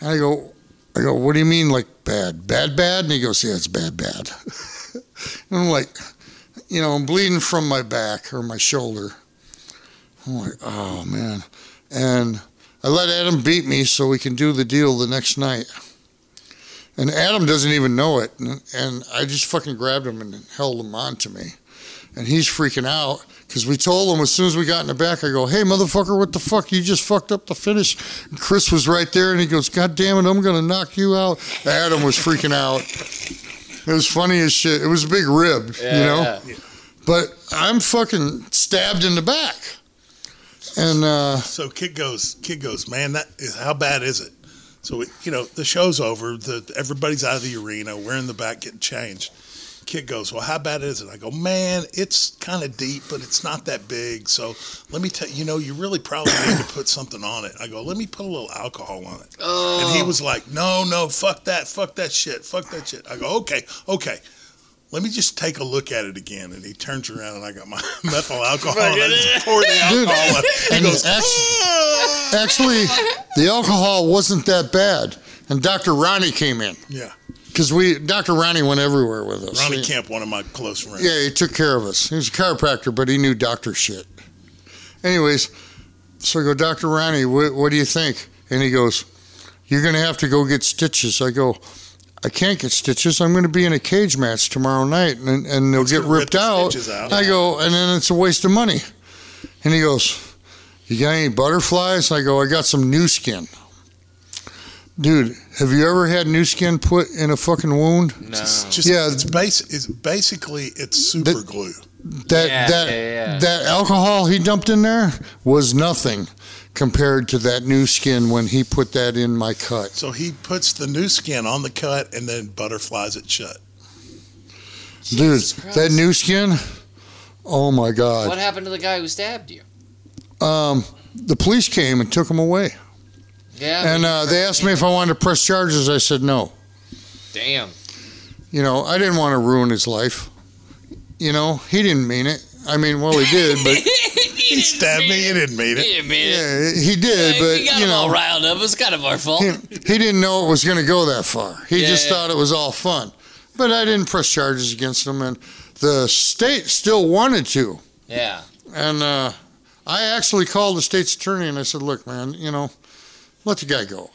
C: And I go, I go, what do you mean, like bad, bad, bad? And he goes, Yeah, it's bad, bad. and I'm like, you know, I'm bleeding from my back or my shoulder. I'm like, oh man. And I let Adam beat me so we can do the deal the next night. And Adam doesn't even know it. And, and I just fucking grabbed him and held him on to me. And he's freaking out because we told him as soon as we got in the back, I go, hey, motherfucker, what the fuck? You just fucked up the finish. And Chris was right there and he goes, God damn it, I'm going to knock you out. Adam was freaking out. It was funny as shit. It was a big rib, you know? But I'm fucking stabbed in the back. And uh,
A: So kid goes, kid goes, man, that is, how bad is it? So we, you know, the show's over. The everybody's out of the arena. We're in the back getting changed. Kid goes, well, how bad is it? I go, man, it's kind of deep, but it's not that big. So let me tell you, know, you really probably need to put something on it. I go, let me put a little alcohol on it.
B: Oh.
A: And he was like, no, no, fuck that, fuck that shit, fuck that shit. I go, okay, okay. Let me just take a look at it again. And he turns around and I got my methyl alcohol and I just poured the
C: Dude.
A: alcohol on. He
C: And
A: goes, "Ah."
C: actually- actually, the alcohol wasn't that bad. And Dr. Ronnie came in
A: yeah.
C: because we Dr. Ronnie went everywhere with us.
A: Ronnie
C: He-
A: Kemp, one of my close friends.
C: Yeah, he took care of us. He was a chiropractor, but he knew doctor shit. Anyways, so I go, Dr. Ronnie, what, what do you think? And he goes, You're going to have to go get stitches. I go, I can't get stitches. I'm going to be in a cage match tomorrow night and, and they'll
A: He's
C: get
A: gonna rip
C: ripped
A: the
C: out.
A: stitches out.
C: I go, and then it's a waste of money. And he goes, You got any butterflies? I go, I got some new skin. Dude, have you ever had new skin put in a fucking wound?
B: No.
A: Just,
C: Yeah.
A: it's, basi- it's basically it's super glue.
C: that
B: Yeah,
C: that
B: yeah, yeah.
C: that alcohol he dumped in there was nothing compared to that new skin when he put that in my cut.
A: So he puts the new skin on the cut and then butterflies it shut.
C: Dude,
B: Jesus Christ.
C: that new skin, oh my
B: What
C: god.
B: happened to the guy who stabbed you?
C: Um the police came and took him away.
B: Yeah.
C: And uh, they asked me if I wanted to press charges. I said no.
B: damn.
C: You know, I didn't want to ruin his life. You know, he didn't mean it. I mean, well, he did, but
A: He stabbed me. He didn't mean it.
B: Yeah, man.
C: yeah, he did, but
B: we got
C: you
B: him all
C: know,
B: riled up. It's kind of our fault.
C: he, he didn't know it was going to go that far. He
B: Yeah,
C: just
B: yeah.
C: thought it was all fun. But I didn't press charges against him, and the state still wanted to.
B: Yeah.
C: And uh, I actually called the state's attorney and I said, "Look, man, you know, let the guy go."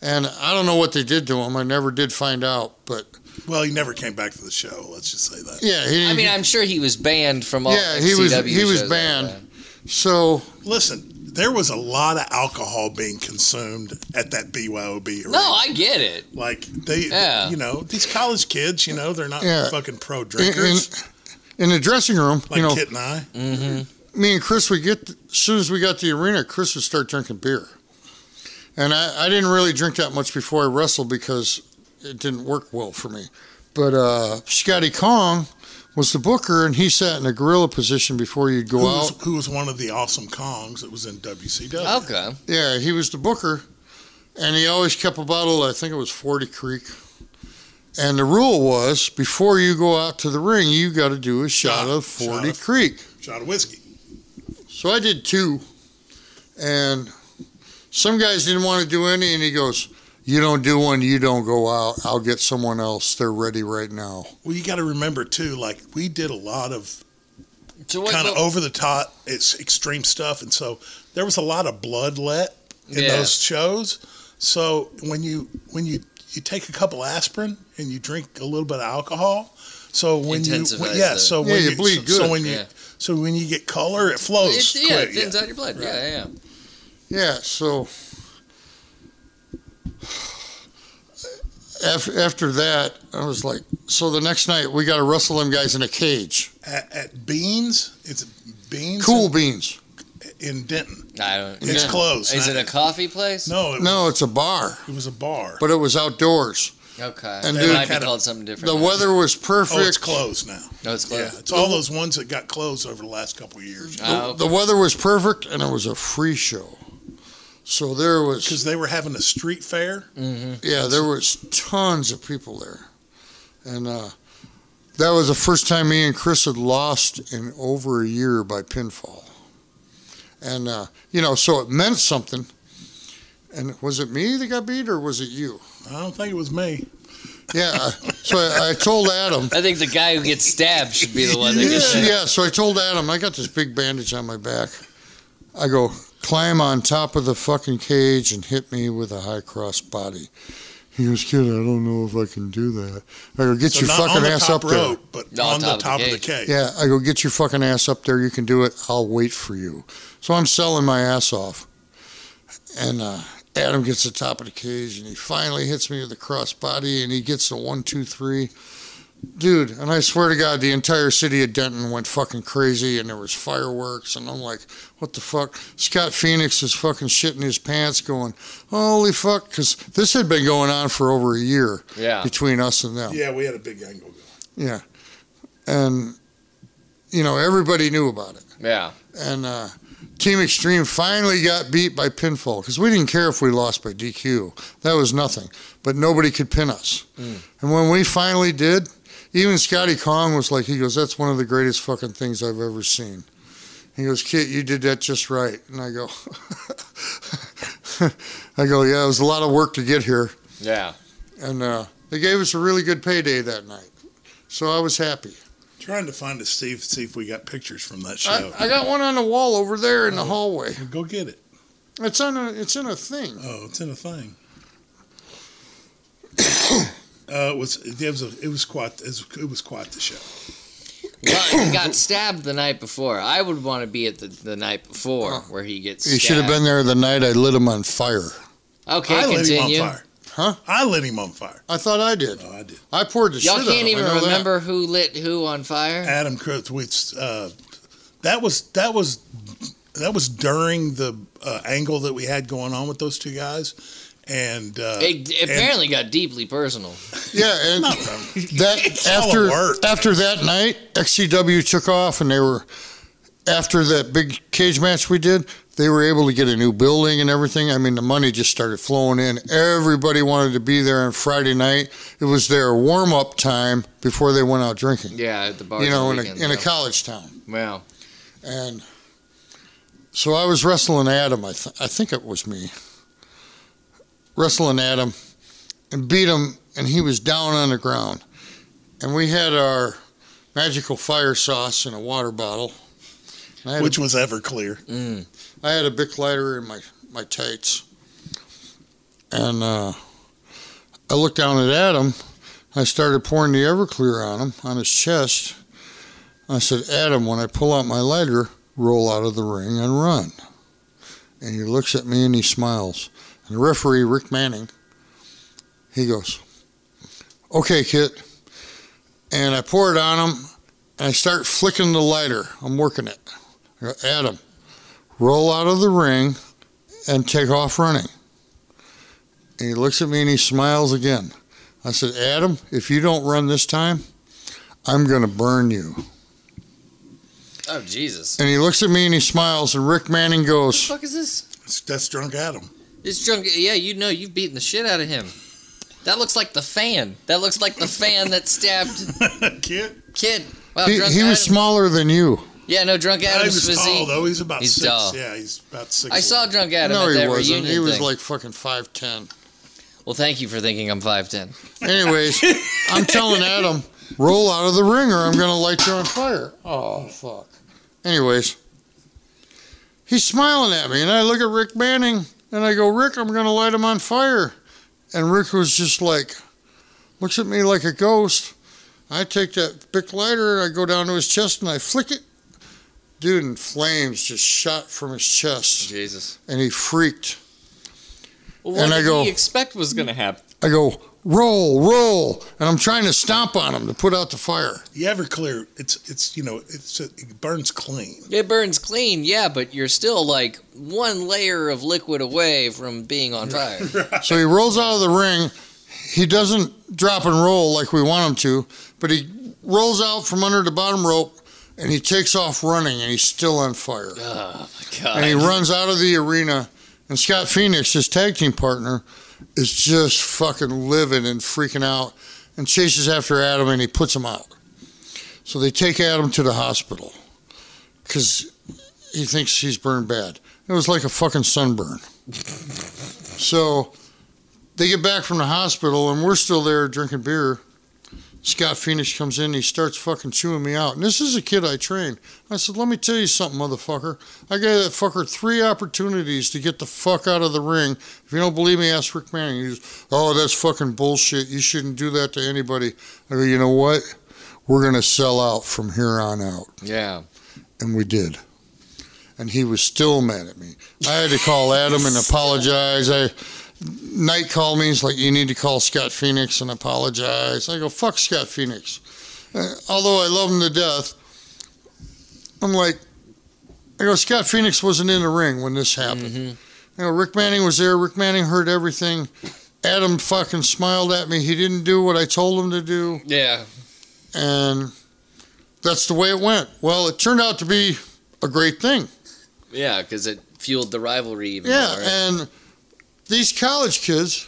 C: And I don't know what they did to him. I never did find out, but
A: Well, he never came back to the show. Let's just say that.
C: yeah, he.
B: I mean, I'm sure he was banned from all.
C: Yeah, he was-
B: CW
C: he was
B: shows
C: banned.
B: after that.
C: so
A: Listen, there was a lot of alcohol being consumed at that BYOB. Arena.
B: No, I get it.
A: like they,
B: Yeah.
A: you know, these college kids, you know, they're not
C: Yeah.
A: fucking pro
C: in, in,
A: drinkers
C: in the dressing room,
A: like
C: you know,
A: Kit and I.
C: Mm-hmm. me and Chris would get as soon as we got to the arena, Chris would start drinking beer, and I, I didn't really drink that much before I wrestled because it didn't work well for me. But uh, Scotty Kong was the booker, and he sat in a gorilla position before you'd go
A: Who
C: out.
A: was, who was one of the awesome Kongs that was in WCW?
B: Okay.
C: Yeah, he was the booker, and he always kept a bottle. I think it was Forty Creek. And the rule was, before you go out to the ring, you got to do a shot of
A: Shot
C: Forty
A: of-
C: Creek.
A: Shot of whiskey.
C: So I did two, and some guys didn't want to do any, and he goes, "You don't do one, you don't go out. I'll get someone else. They're ready right now."
A: Well, you got to remember too, like we did a lot of
B: So what?
A: kind of
B: what-
A: over the top, it's extreme stuff, and so there was a lot of bloodlet in
B: Yeah.
A: those shows. So when you when you you take a couple aspirin and you drink a little bit of alcohol, so when you
B: Intensifies
A: yeah,
B: the-
A: so
C: Yeah,
A: when
C: you
A: you,
C: bleed
A: so, so
C: good.
A: when you
B: Yeah.
A: so when you get color, it flows.
B: it's, yeah, it
A: quick, yeah.
B: thins out your blood. Yeah, Yeah, yeah.
C: Yeah, so af- after that, I was like, so the next night we got to wrestle them guys in a cage.
A: At, at Beans, it's Beans
C: Cool beans.
A: in, in Denton.
B: I don't.
A: It's
B: yeah.
A: closed.
B: Is it a coffee place?
A: No, it,
C: No, it's a bar,
A: it was a bar.
C: but it was outdoors.
B: Okay.
C: And
B: it
C: dude-
B: might be
A: kinda-
B: called something different.
C: The weather was perfect.
A: Oh, it's closed now.
B: No, it's
A: Yeah,
B: closed.
A: it's all those ones that got closed over the last couple of years
B: Ah, okay.
C: The weather was perfect, and it was a free show. So there was
A: because they were having a street fair.
B: Mm-hmm.
C: yeah, there was tons of people there, and uh, that was the first time me and Chris had lost in over a year by pinfall, and uh, you know, so it meant something. And was it me that got beat, or was it you?
A: I don't think it was me.
C: Yeah. uh, so I, I told Adam.
B: I think the guy who gets stabbed should be the one that
C: Yeah,
B: gets stabbed.
C: yeah. So I told Adam, I got this big bandage on my back. I go, climb on top of the fucking cage and hit me with a high cross body. He goes, kid, I don't know if I can do that. I go, get
A: So
C: your
A: not on
C: fucking
A: the
C: ass up
A: top
C: there.
A: rope, but
B: No,
A: on the top of the cage.
C: Yeah, I go, get your fucking ass up there. You can do it. I'll wait for you. So I'm selling my ass off. And uh, Adam gets to the top of the cage and he finally hits me with a crossbody and he gets the one, two, three. Dude, and I swear to God, the entire city of Denton went fucking crazy and there was fireworks. And I'm like, what the fuck? Scott Phoenix is fucking shitting his pants going, holy fuck. Because this had been going on for over a year
B: Yeah.
C: between us and them.
A: Yeah, we had a big angle. going.
C: Yeah. And, you know, everybody knew about it.
B: Yeah.
C: And uh, Team Extreme finally got beat by pinfall because we didn't care if we lost by DQ. That was nothing. But nobody could pin us. And when we finally did, even Scotty Kong was like, he goes, that's one of the greatest fucking things I've ever seen. He goes, Kit, you did that just right. And I go, I go, yeah, it was a lot of work to get here.
B: Yeah.
C: And uh, they gave us a really good payday that night. So I was happy.
A: Trying to find a Steve, see if we got pictures from that show.
C: I, I got one on the wall over there in the hallway.
A: Go get it.
C: It's on a it's in a thing.
A: Oh, it's in a thing. uh, it was it was a, it was quite it was, it was quite the show.
B: Well, he got stabbed the night before. I would want to be at the, the night before where he gets stabbed.
C: You should have been there the night I lit him on fire.
B: Okay,
A: I lit
B: continue.
A: him on fire.
C: Huh?
A: I lit him on fire.
C: I thought I did.
A: Oh, I did.
C: I poured the
B: Y'all
C: shit
B: can't
C: out of him,
B: even
C: I know that.
B: remember who lit who on fire?
A: Adam Kurtz, which uh, that was that was that was during the uh, angle that we had going on with those two guys, and uh,
B: It, it apparently got deeply personal.
C: Yeah, and that
A: all
C: after
A: a work.
C: after that night, XCW took off, and they were after that big cage match we did. They were able to get a new building and everything. I mean, the money just started flowing in. Everybody wanted to be there on Friday night. It was their warm up time before they went out drinking.
B: Yeah, at the bar.
C: you know, in, a, in a college town.
B: Wow.
C: And so I was wrestling Adam. I, th- I think it was me. Wrestling Adam and beat him, and he was down on the ground. And we had our magical fire sauce in a water bottle. And I had a
A: which was Everclear.
B: Mm.
C: I had a Bic lighter in my, my tights. And uh, I looked down at Adam. I started pouring the Everclear on him, on his chest. I said, Adam, when I pull out my lighter, roll out of the ring and run. And he looks at me and he smiles. And the referee, Rick Manning, he goes, Okay, kid. And I pour it on him and I start flicking the lighter. I'm working it. I go, Adam, roll out of the ring and take off running. And he looks at me and he smiles again. I said, Adam, if you don't run this time, I'm going to burn you.
B: Oh Jesus.
C: And he looks at me and he smiles, and Rick Manning
B: What
C: goes,
B: the fuck is this?
A: That's, that's drunk Adam.
B: It's drunk. Yeah, you know you've beaten the shit out of him. That looks like the fan. That looks like the fan that stabbed
A: Kid,
B: kid. Wow,
C: he,
B: drunk
C: he was
B: Adam-
C: smaller than you.
B: Yeah, no, drunk
A: Adam
B: Adam's
A: is tall
B: physique.
A: though. He's about
B: He's
A: six.
B: tall.
A: Yeah, he's about six.
B: I saw drunk Adam
C: no,
B: at
C: he
B: that
C: wasn't.
B: reunion.
C: He was
B: thing.
C: like fucking 5'10.
B: well, thank you for thinking I'm five ten.
C: Anyways, I'm telling Adam, roll out of the ring or I'm going to light you on fire. Oh, fuck. Anyways, he's smiling at me, and I look at Rick Manning and I go, Rick, I'm going to light him on fire. And Rick was just like, looks at me like a ghost. I take that Bic lighter and I go down to his chest and I flick it. Dude, and flames just shot from his chest,
B: Jesus.
C: and he freaked.
B: Well,
C: what And I did go- he
B: expect was gonna happen?
C: I go, roll, roll. And I'm trying to stomp on him to put out the fire.
A: The Everclear, it's it's you know it's it burns clean.
B: It burns clean, yeah, but you're still like one layer of liquid away from being on fire.
C: So he rolls out of the ring. He doesn't drop and roll like we want him to, but he rolls out from under the bottom rope and he takes off running and he's still on fire.
B: oh my
C: And he
B: god.
C: runs out of the arena. And Scott Phoenix, his tag team partner, is just fucking livid and freaking out and chases after Adam and he puts him out. So they take Adam to the hospital because he thinks he's burned bad. It was like a fucking sunburn. so they get back from the hospital and we're still there drinking beer. Scott Phoenix comes in and he starts fucking chewing me out. And this is a kid I trained. I said, Let me tell you something, motherfucker. I gave that fucker three opportunities to get the fuck out of the ring. If you don't believe me, ask Rick Manning. He goes, Oh, that's fucking bullshit. You shouldn't do that to anybody. I go, You know what? We're going to sell out from here on out.
B: Yeah.
C: And we did. And he was still mad at me. I had to call Adam and apologize. I Knight called me. He's like, You need to call Scott Phoenix and apologize. I go, Fuck Scott Phoenix. Uh, although I love him to death, I'm like, I go, Scott Phoenix wasn't in the ring when this happened.
B: Mhm.
C: You know, Rick Manning was there. Rick Manning heard everything. Adam fucking smiled at me. He didn't do what I told him to do
B: Yeah.
C: and that's the way it went. Well, it turned out to be a great thing.
B: Yeah, because it fueled the rivalry even
C: Yeah,
B: more. right?
C: and these college kids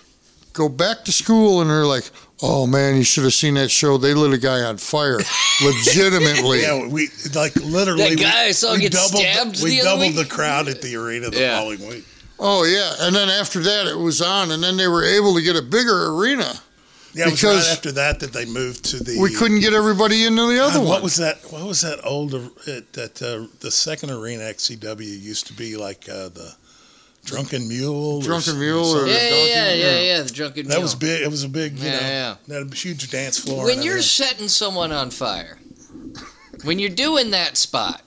C: go back to school and they're like, "Oh man, you should have seen that show. They lit a guy on fire, legitimately."
A: Yeah, we like literally.
B: That
A: we-
B: guy I saw
A: we
B: get
A: doubled,
B: stabbed
A: We
B: the other
A: doubled
B: week.
A: the crowd at the arena the
B: Yeah.
A: following week.
C: Oh yeah, and then after that, it was on, and then they were able to get a bigger arena.
A: Yeah, it was
C: Because-
A: right after that that they moved to the.
C: We couldn't get everybody into the
A: God,
C: other
A: what
C: one.
A: was that? What was that old ar- it, that uh, the second arena XCW used to be like uh, the Drunken Mule? or
C: Drunken
A: something,
C: Mule or-
A: something.
B: yeah,
C: donkey,
B: yeah, yeah,
C: yeah.
B: yeah, The drunken.
A: that was
B: mule.
A: big. It was a big, you know,
B: Yeah, yeah.
A: that huge dance floor.
B: when
A: and
B: you're
A: everything.
B: setting someone on fire. when you're doing that spot,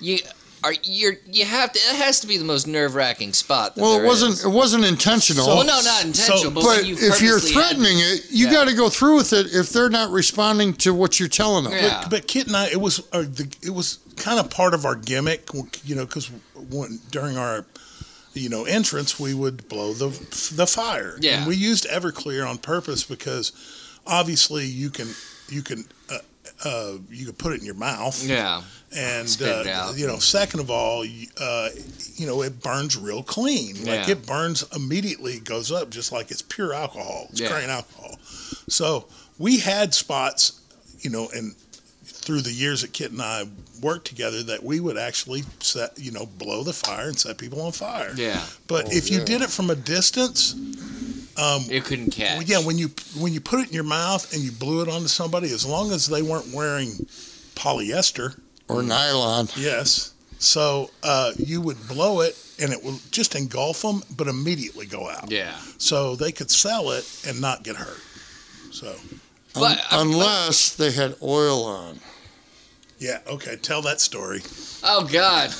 B: you are you're you have to. It has to be the most nerve wracking spot. That
C: Well, it
B: there
C: wasn't.
B: is.
C: It wasn't intentional.
B: well, no, not intentional.
A: so-
B: but
C: but
B: when you
C: if you're
B: purposely add-
C: threatening it, you
B: Yeah.
C: got to go through with it. If they're not responding to what you're telling them,
B: Yeah.
A: But, but Kit and I, it was uh, the, it was kind of part of our gimmick, you know, because during our you know entrance we would blow the the fire.
B: Yeah.
A: And we used Everclear on purpose because obviously you can you can uh, uh, you could put it in your mouth.
B: Yeah.
A: and
B: Spit it
A: uh,
B: out.
A: you know second of all y- uh, you know it burns real clean like
B: Yeah.
A: it burns immediately goes up just like it's pure alcohol it's
B: Yeah.
A: grain alcohol so we had spots you know and through the years that kit and i worked together that we would actually set you know blow the fire and set people on fire
B: Yeah.
A: but
C: Oh,
A: if
C: yeah.
A: you did it from a distance
B: It
C: Um,
B: couldn't catch.
A: well, yeah when you when you put it in your mouth and you blew it onto somebody as long as they weren't wearing polyester
C: or nylon.
A: Yes. So uh, you would blow it, and it would just engulf them, but immediately go out.
B: Yeah.
C: Um,
A: So they could sell it and not get hurt. So
B: But-
C: Un- unless they had oil on.
A: yeah, okay. Tell that story.
B: Oh God.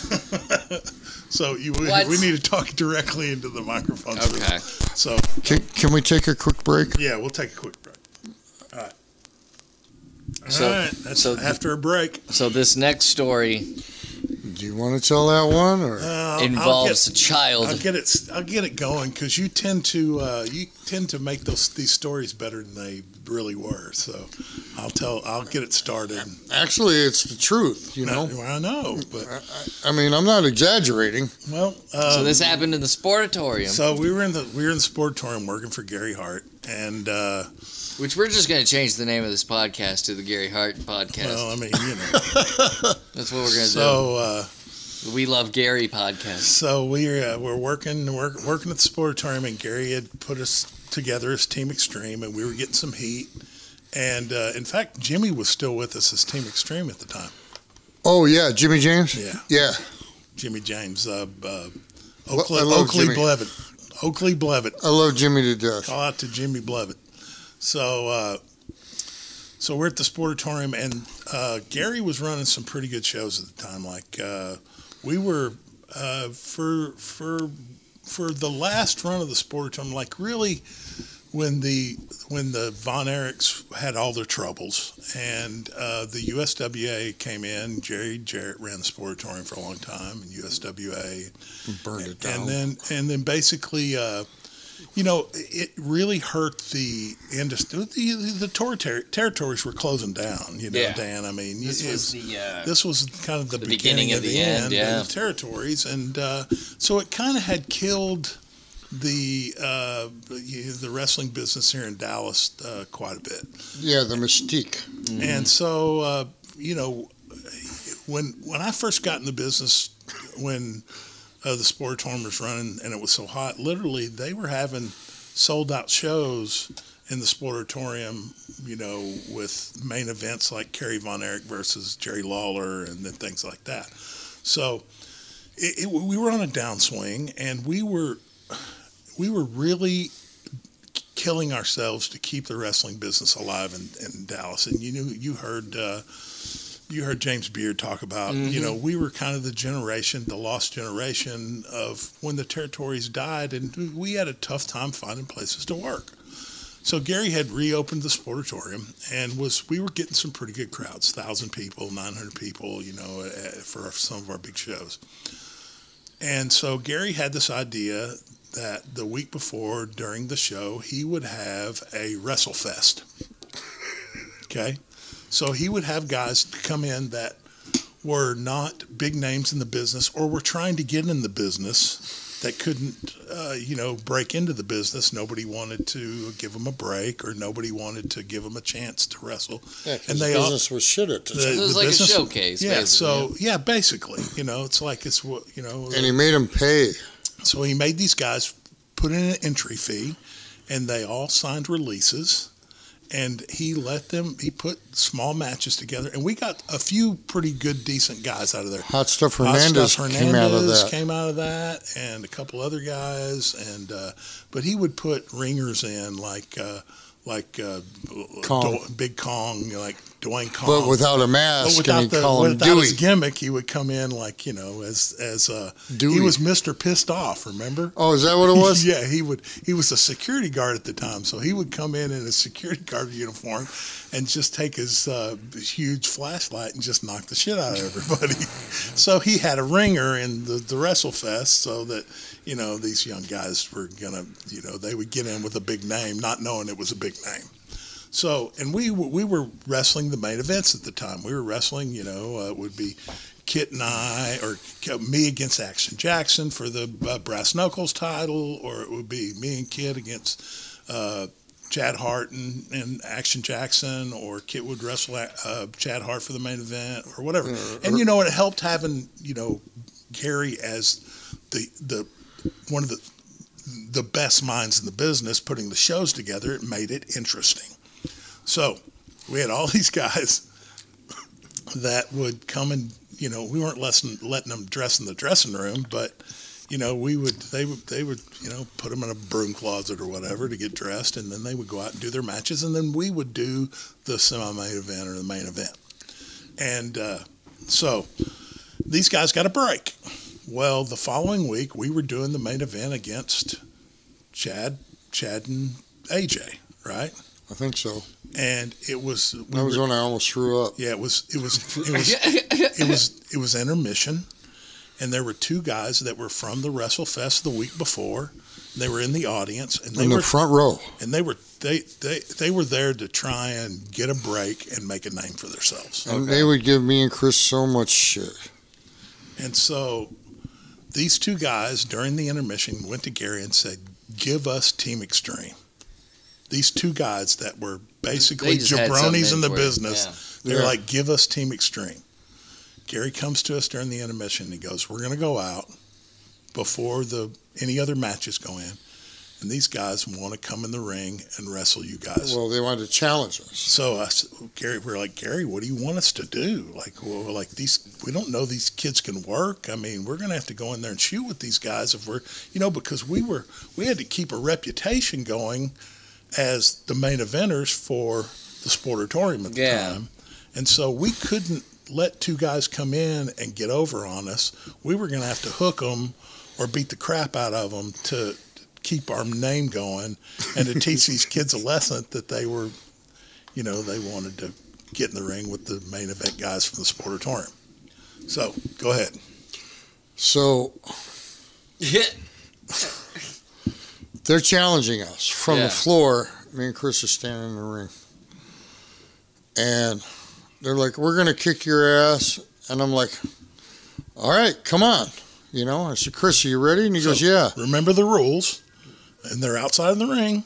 A: So you we,
B: What?
A: we need to talk directly into the microphone.
B: Okay.
A: So
C: Can, can we take a quick break?
A: yeah, we'll take a quick break. All right. All right.
B: So-
A: That's
B: so-
A: after a break
B: So this next story
C: Do you want to tell that one or?
A: uh, I'll
B: involves
A: get,
B: a child.
A: I'll get it. I'll get it going because you tend to uh, you tend to make those these stories better than they really were. So I'll tell. I'll get it started.
C: Actually, it's the truth. You know.
A: No, I know, but
C: I, I- I mean, I'm not exaggerating.
A: well, uh,
B: so
A: so,
B: this happened in the sportatorium,
A: we were in the we were in the sportatorium working for Gary Hart, and uh,
B: which we're just going to change the name of this podcast to the Gary Hart podcast.
A: well, I mean, you know,
B: That's what we're going to
A: so uh,
B: do. The We love Gary podcast.
A: So we uh, were working work, working at the sportatorium, and Gary had put us together as Team Extreme, and we were getting some heat. And uh, in fact, Jimmy was still with us as Team Extreme at the time.
C: Oh yeah, Jimmy James.
A: Yeah.
C: Yeah.
A: Jimmy James, uh, uh,
C: Lo-
A: Oakley,
C: I love
A: Oakley
C: Jimmy.
A: Blevitt, Oakley Blevitt.
C: I love Jimmy to death.
A: Call out to Jimmy Blevitt. So, uh, so we're at the Sportatorium, and uh, Gary was running some pretty good shows at the time. Like uh, we were uh, for for for the last run of the Sportatorium. Like really, when the when the Von Erichs had all their troubles, and uh, the USWA came in, Jerry Jarrett ran the Sportatorium for a long time, and USWA
C: Burned it down.
A: and then and then basically uh, you know it really hurt the industry the, the, the tour ter- territories were closing down you know
B: Yeah.
A: dan i mean
B: This
A: it-
B: was the uh,
A: this was kind of the,
B: The
A: beginning, of the end,
B: yeah.
A: of the territories, and uh, so it kind of had killed the uh, the wrestling business here in Dallas uh, quite a bit.
C: yeah, the mystique.
A: And so, uh, you know, when when I first got in the business, when uh, the Sportatorium was running and it was so hot, literally they were having sold out shows in the Sportatorium, you know, with main events like Kerry Von Erich versus Jerry Lawler and then things like that. So it, it, we were on a downswing and we were we were really killing ourselves to keep the wrestling business alive in, in Dallas. And you knew you heard uh, you heard James Beard talk about you know we were kind of the generation, the lost generation of when the territories died, and we had a tough time finding places to work. So Gary had reopened the sportatorium, and was we were getting some pretty good crowds, thousand people, nine hundred people, you know, eh, for some of our big shows. And so Gary had this idea that the week before during the show he would have a WrestleFest. Okay, so he would have guys come in that were not big names in the business or were trying to get in the business that couldn't, uh, you know, break into the business. Nobody wanted to give them a break or nobody wanted to give them a chance to wrestle.
C: Yeah, 'cause
A: And
C: the
A: they all-
C: business was shit at the
A: The-
B: it
C: time.
B: was
A: the
B: like
A: business-
B: a showcase.
A: Yeah,
B: basically.
A: so yeah, basically, you know, it's like it's what you know.
C: And he made him pay.
A: So he made these guys put in an entry fee, and they all signed releases. And he let them. He put small matches together, and we got a few pretty good, decent guys out of there.
C: Hot stuff
A: Hot
C: Hernandez,
A: Stuff
C: came out of
A: Hernandez
C: that.
A: came out of that, and a couple other guys. And uh, but he would put ringers in like uh, like uh,
C: Kong.
A: Dw- Big Kong, like Dwayne Kong,
C: but without a
A: But
C: mask,
A: without
C: and he'd
A: the-
C: call him
A: without
C: Dewey.
A: his gimmick, he would come in like you know as as uh,
C: Dewey.
A: he was Mister Pissed Off. Remember?
C: oh, is that what it was?
A: yeah, he would. He was a security guard at the time, so he would come in in a security guard uniform and just take his uh, huge flashlight and just knock the shit out of everybody. so he had a ringer in the the WrestleFest, so that you know these young guys were gonna, you know, they would get in with a big name, not knowing it was a big name. So, and we w- we were wrestling the main events at the time. We were wrestling, you know, uh, it would be Kit and I, or K- me against Action Jackson for the uh, brass knuckles title, or it would be me and Kit against uh, Chad Hart and, and Action Jackson, or Kit would wrestle uh, Chad Hart for the main event, or whatever. and you know, it helped having you know Gary as the the one of the the best minds in the business putting the shows together. It made it interesting. So we had all these guys that would come and you know we weren't lesson, letting them dress in the dressing room, but you know we would they would they would you know put them in a broom closet or whatever to get dressed, and then they would go out and do their matches, and then we would do the semi-main event or the main event, and uh, so these guys got a break. Well, the following week we were doing the main event against Chad, Chad and AJ, right?
C: I think so.
A: And it was we
C: That was
A: were-
C: when I almost threw up.
A: yeah, it was it was it was it was it was intermission, and there were two guys that were from the WrestleFest the week before. They were in the audience, and they
C: In the
A: were
C: front row.
A: and they were they, they they were there to try and get a break and make a name for themselves.
C: And they would give me and Chris so much shit.
A: And so, these two guys during the intermission went to Gary and said, "Give us Team Extreme." These two guys that were basically
B: They just had something
A: jabronis in the
B: for it,
A: business.
B: yeah.
A: They're
C: Yeah.
A: like, give us Team Extreme. Gary comes to us during the intermission. He goes, we're going to go out before the any other matches go in, and these guys want to come in the ring and wrestle you guys.
C: Well, they wanted to challenge us.
A: So I, s- Gary, we're like Gary, what do you want us to do? Like, well, we're like these, we don't know these kids can work. I mean, we're gonna have to go in there and shoot with these guys if we're, you know, because we were, we had to keep a reputation going as the main eventers for the sportatorium at the
B: Yeah.
A: time, and so we couldn't let two guys come in and get over on us. We were gonna have to hook them or beat the crap out of them to keep our name going and to teach these kids a lesson that they were you know, they wanted to get in the ring with the main event guys from the Sportatorium. So go ahead.
C: So they're challenging us from
B: Yeah.
C: the floor. Me and Chris are standing in the ring. And they're like, we're going to kick your ass. And I'm like, all right, come on. You know, I said, Chris, are you ready? And he goes,
A: So-
C: yeah.
A: Remember the rules, and they're outside of the ring.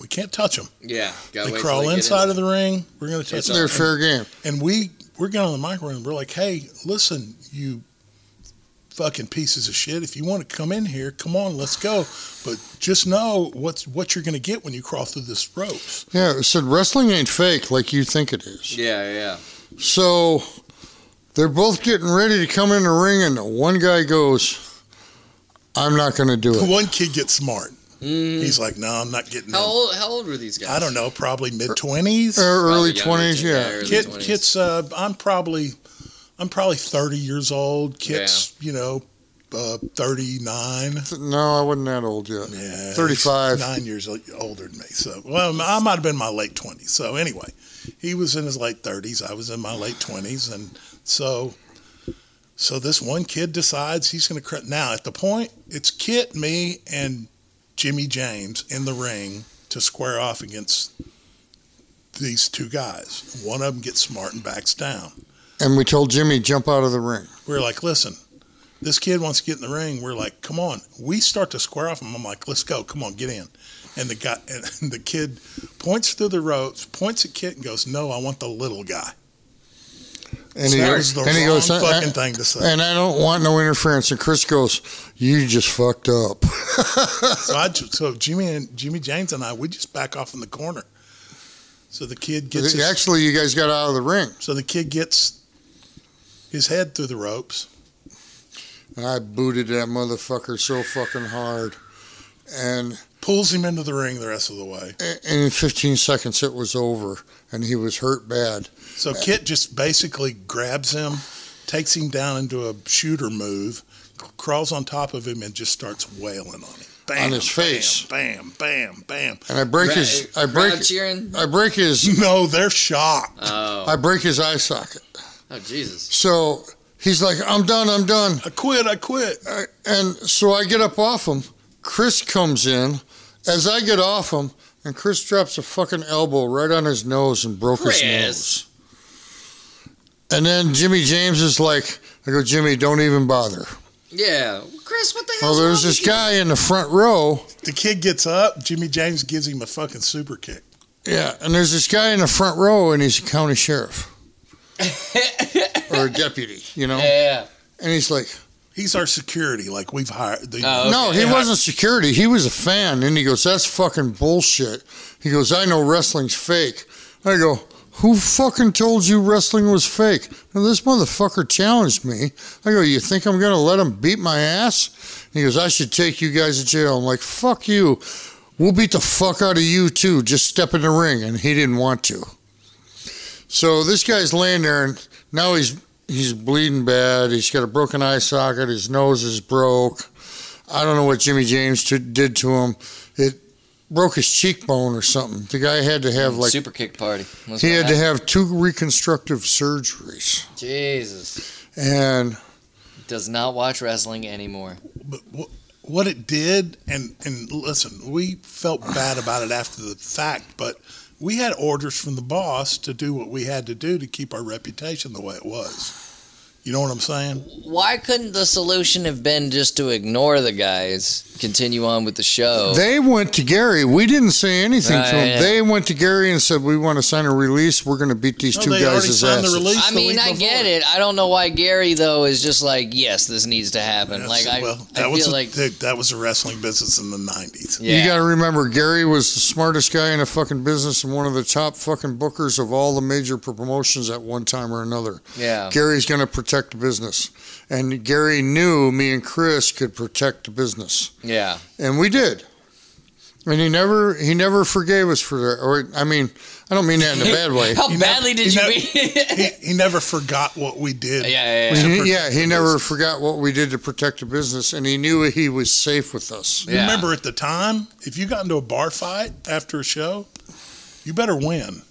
A: We can't touch them.
B: yeah. Gotta
A: they
B: wait
A: crawl
B: till they get
A: inside
B: in.
A: of the ring. We're going to touch
B: It's
A: them.
C: They're fair game.
A: And we we're getting on the microphone. We're like, hey, listen, you fucking pieces of shit. If you want to come in here, come on, let's go. But just know what's what you're going to get when you crawl through this ropes.
C: Yeah, it said wrestling ain't fake like you think it is.
B: Yeah, yeah.
C: So they're both getting ready to come in the ring, and the one guy goes, I'm not going to do it.
A: One kid gets smart.
B: Mm.
A: He's like, no, I'm not getting.
B: Mm-hmm. How
A: in.
B: old? Er, How old were these guys?
A: Mm-hmm. I don't know, probably mid twenties.
C: Or Uh, early
B: Probably younger,
C: 20s, yeah.
B: early
A: Kit,
B: 20s.
A: Kit's. Uh, I'm probably, I'm probably 30 years old. Kit's, you know, uh, 39.
C: No, I wasn't that old yet.
A: Yeah, he's
C: 35.
A: Nine years o- older than me. So, well, I might have been in my late 20s. So anyway, he was in his late 30s. I was in my late 20s, and so, so this one kid decides he's going to. Cr- now at the point, it's Kit, me, and Jimmy James in the ring to square off against these two guys. One of them gets smart and backs down.
C: And we told Jimmy, jump out of the ring.
A: We are like, listen, this kid wants to get in the ring. We're like, come on. We start to square off him. I'm like, let's go. Come on, get in. And the guy, and the kid points through the ropes, points at Kit, and goes, "No, I want the little guy."
C: And
A: So
C: he,
A: that was the
C: and he
A: wrong
C: goes, "I-
A: fucking
C: I-
A: thing to say.
C: and I don't want no interference. And Chris goes, you just fucked up.
A: So, I, ju- so Jimmy and Jimmy James and I, we just back off in the corner. So the kid gets his,
C: Actually, you guys got out of the ring.
A: so the kid gets his head through the ropes.
C: And I booted that motherfucker so fucking hard. And
A: Pulls him into the ring the rest of the way.
C: and in 15 seconds, it was over. And he was hurt bad.
A: So Kit just basically grabs him, takes him down into a shooter move, c- crawls on top of him, and just starts wailing on him. Bam,
C: On his face.
A: Bam, bam, bam,
C: And I break
B: Ra-
C: his, I
B: crowd
C: break,
B: cheering.
C: I break his,
A: bam. No, they're shocked.
B: Oh,
C: I break his eye socket.
B: oh Jesus.
C: So he's like, I'm done, I'm done.
A: I quit, I quit.
C: Uh, I- and so I get up off him. Chris comes in. As I get off him, and Chris drops a fucking elbow right on his nose and broke
B: Chris.
C: his nose. And then Jimmy James is like, I go, Jimmy, don't even bother.
B: Yeah, Chris, what the hell?
C: Well, there's this guy in the front row.
A: The kid gets up. Jimmy James gives him a fucking super kick.
C: Yeah, and there's this guy in the front row, and he's a county sheriff or a deputy, you know?
B: yeah.
C: And he's like,
A: He's our security. Like we've hired. The,
B: Oh.
C: No,
B: Okay.
C: he wasn't security. He was a fan. And he goes, That's fucking bullshit. He goes, I know wrestling's fake. I go, Who fucking told you wrestling was fake? And this motherfucker challenged me. I go, You think I'm going to let him beat my ass? He goes, I should take you guys to jail. I'm like, Fuck you. We'll beat the fuck out of you too. Just step in the ring. And he didn't want to. So this guy's laying there and now he's. He's bleeding bad. He's got a broken eye socket. His nose is broke. I don't know what Jimmy James to, did to him. It broke his cheekbone or something. The guy had to have like
B: Super kick party. That's
C: he
B: what
C: had to
B: happened.
C: have two reconstructive surgeries.
B: Jesus
C: And
B: does not watch wrestling anymore.
A: But wh- what it did, and and listen, we felt bad about it after the fact, but we had orders from the boss to do what we had to do to keep our reputation the way it was. You know what I'm saying?
B: Why couldn't the solution have been just to ignore the guys, continue on with the show?
C: they went to Gary. We didn't say anything
B: Oh. Right,
C: to him.
B: yeah.
C: They went to Gary and said, "We want to sign a release. We're going to beat these
A: No,
C: two
A: they already
C: guys'
A: signed the
C: asses."
A: release.
B: I
A: the
B: mean,
A: week
B: I get
A: before.
B: it. I don't know why Gary though is just like, yes, this needs to happen.
A: That's-
B: like, I,
A: well,
B: I
A: that was
B: feel
A: a-
B: like,
A: dude, that was a wrestling business in the '90s.
B: yeah,
C: You got to remember, Gary was the smartest guy in the fucking business and one of the top fucking bookers of all the major promotions at one time or another.
B: yeah,
C: Gary's going to protect the business. And Gary knew me and Chris could protect the business.
B: yeah.
C: And we did. And he never he never forgave us for that. Or I mean, I don't mean that in a bad way.
B: How
A: know-
B: badly did
A: you
B: you?
A: know-
B: beat-
A: He, he never forgot what we did.
B: yeah, yeah, yeah.
C: He- yeah,
A: protect
C: he
A: the
C: never forgot what we did to protect the business and he knew he was safe with us.
B: yeah.
A: Remember at the time, if you got into a bar fight after a show, you better win.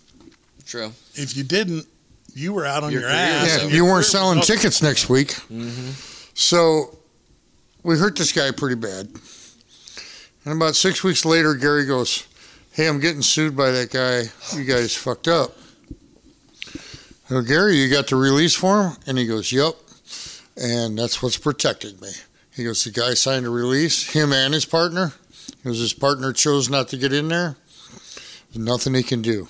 B: True.
A: If you didn't, you were out on
B: Your
A: your,
B: career
A: ass.
B: was
C: Yeah,
A: and
C: you
A: your
C: weren't
A: career
C: selling
A: was over.
C: tickets next week.
B: hmm
C: So we hurt this guy pretty bad. And about six weeks later, Gary goes, Hey, I'm getting sued by that guy. You guys fucked up. I go, Gary, you got the release form? And he goes, Yep. And that's what's protecting me. He goes, The guy signed a release, him and his partner. He goes, His partner chose not to get in there. There's nothing he can do.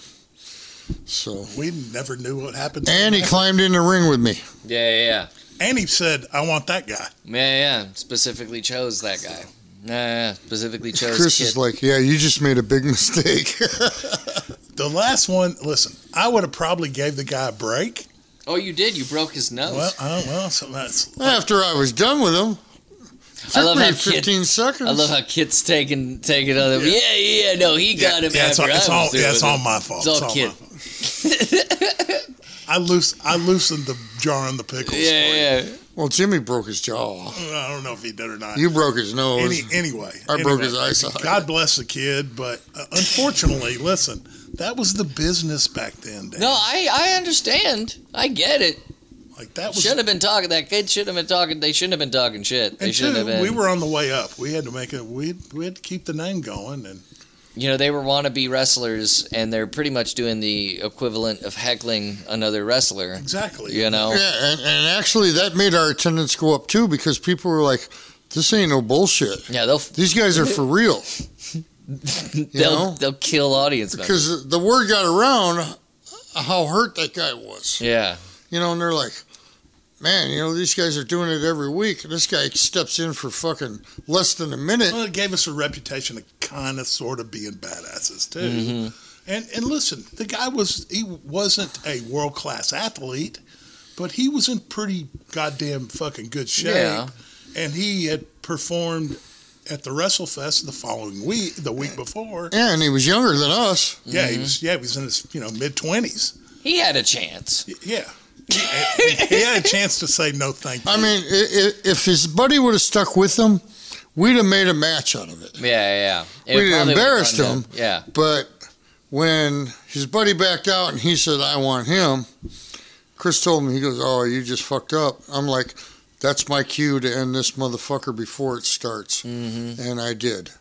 C: So,
A: We never knew what happened. to
C: and he
A: him.
C: climbed in the ring with me.
B: Yeah, yeah, yeah,
A: and he said, "I want that guy."
B: yeah, yeah. Specifically chose that guy. Yeah, yeah. Specifically chose.
C: Chris
B: kid.
C: is like, Yeah, you just made a big mistake.
A: The last one. Listen, I would have probably gave the guy a break.
B: oh, you did. You broke his nose.
A: Well, I don't, well, so that's
C: After I was done with him, it
B: I
C: took
B: love
C: me
B: how kid-
C: 15 seconds.
B: I love how Kit's taking taking other. Yeah,
A: Yeah.
B: yeah, no, he got him
A: yeah, it's all,
B: after I
A: it's
B: was
A: all-
B: through
A: yeah, it's
B: with
A: all
B: him.
A: my fault.
B: It's all
A: my
B: kid.
A: fault. I loose, I loosened the jar on the pickles. for you.
B: yeah, yeah.
C: well, Jimmy broke his jaw.
A: I don't know if he did or not.
C: You broke his
A: Any,
C: nose.
A: anyway,
C: I broke
A: anyway,
C: his eyesight.
A: God bless the kid, but uh, unfortunately, listen, that was the business back then. Dan.
B: No, I I understand. I get it.
A: like that was.
B: Should have been talking. That kid should have been talking. They shouldn't have been talking shit. They
A: and
B: shouldn't
A: two,
B: have been.
A: we were on the way up. We had to make it. We we had to keep the name going, and
B: you know, they were wannabe wrestlers, and they're pretty much doing the equivalent of heckling another wrestler.
A: exactly.
B: You know.
C: Yeah, and, and actually, that made our attendance go up too because people were like, this ain't no bullshit.
B: Yeah, they'll
C: These guys are for real.
B: they'll
C: know?
B: they'll kill audience members.
C: Because the word got around how hurt that guy was.
B: Yeah,
C: You know, and they're like, man, you know, these guys are doing it every week. This guy steps in for fucking less than a minute.
A: Well, it gave us a reputation of kind of sort of being badasses too. And and listen, the guy was he wasn't a world class athlete, but he was in pretty goddamn fucking good shape.
B: Yeah.
A: And he had performed at the WrestleFest the following week, the week before.
C: Yeah, and he was younger than us.
A: Yeah, he was. Yeah, he was in his you know mid twenties.
B: he had a chance.
A: Yeah. He- he had a chance to say no, thank you.
C: I mean, i- i- if his buddy would have stuck with him, we'd have made a match out of it.
B: Yeah, yeah. yeah. It probably
C: We
B: would've
C: embarrassed
B: gone
C: him.
B: down. Yeah,
C: But when his buddy backed out and he said, I want him, Chris told him, he goes, Oh, you just fucked up. I'm like,
B: Mm-hmm.
C: That's my cue to end this motherfucker before it starts. And I did.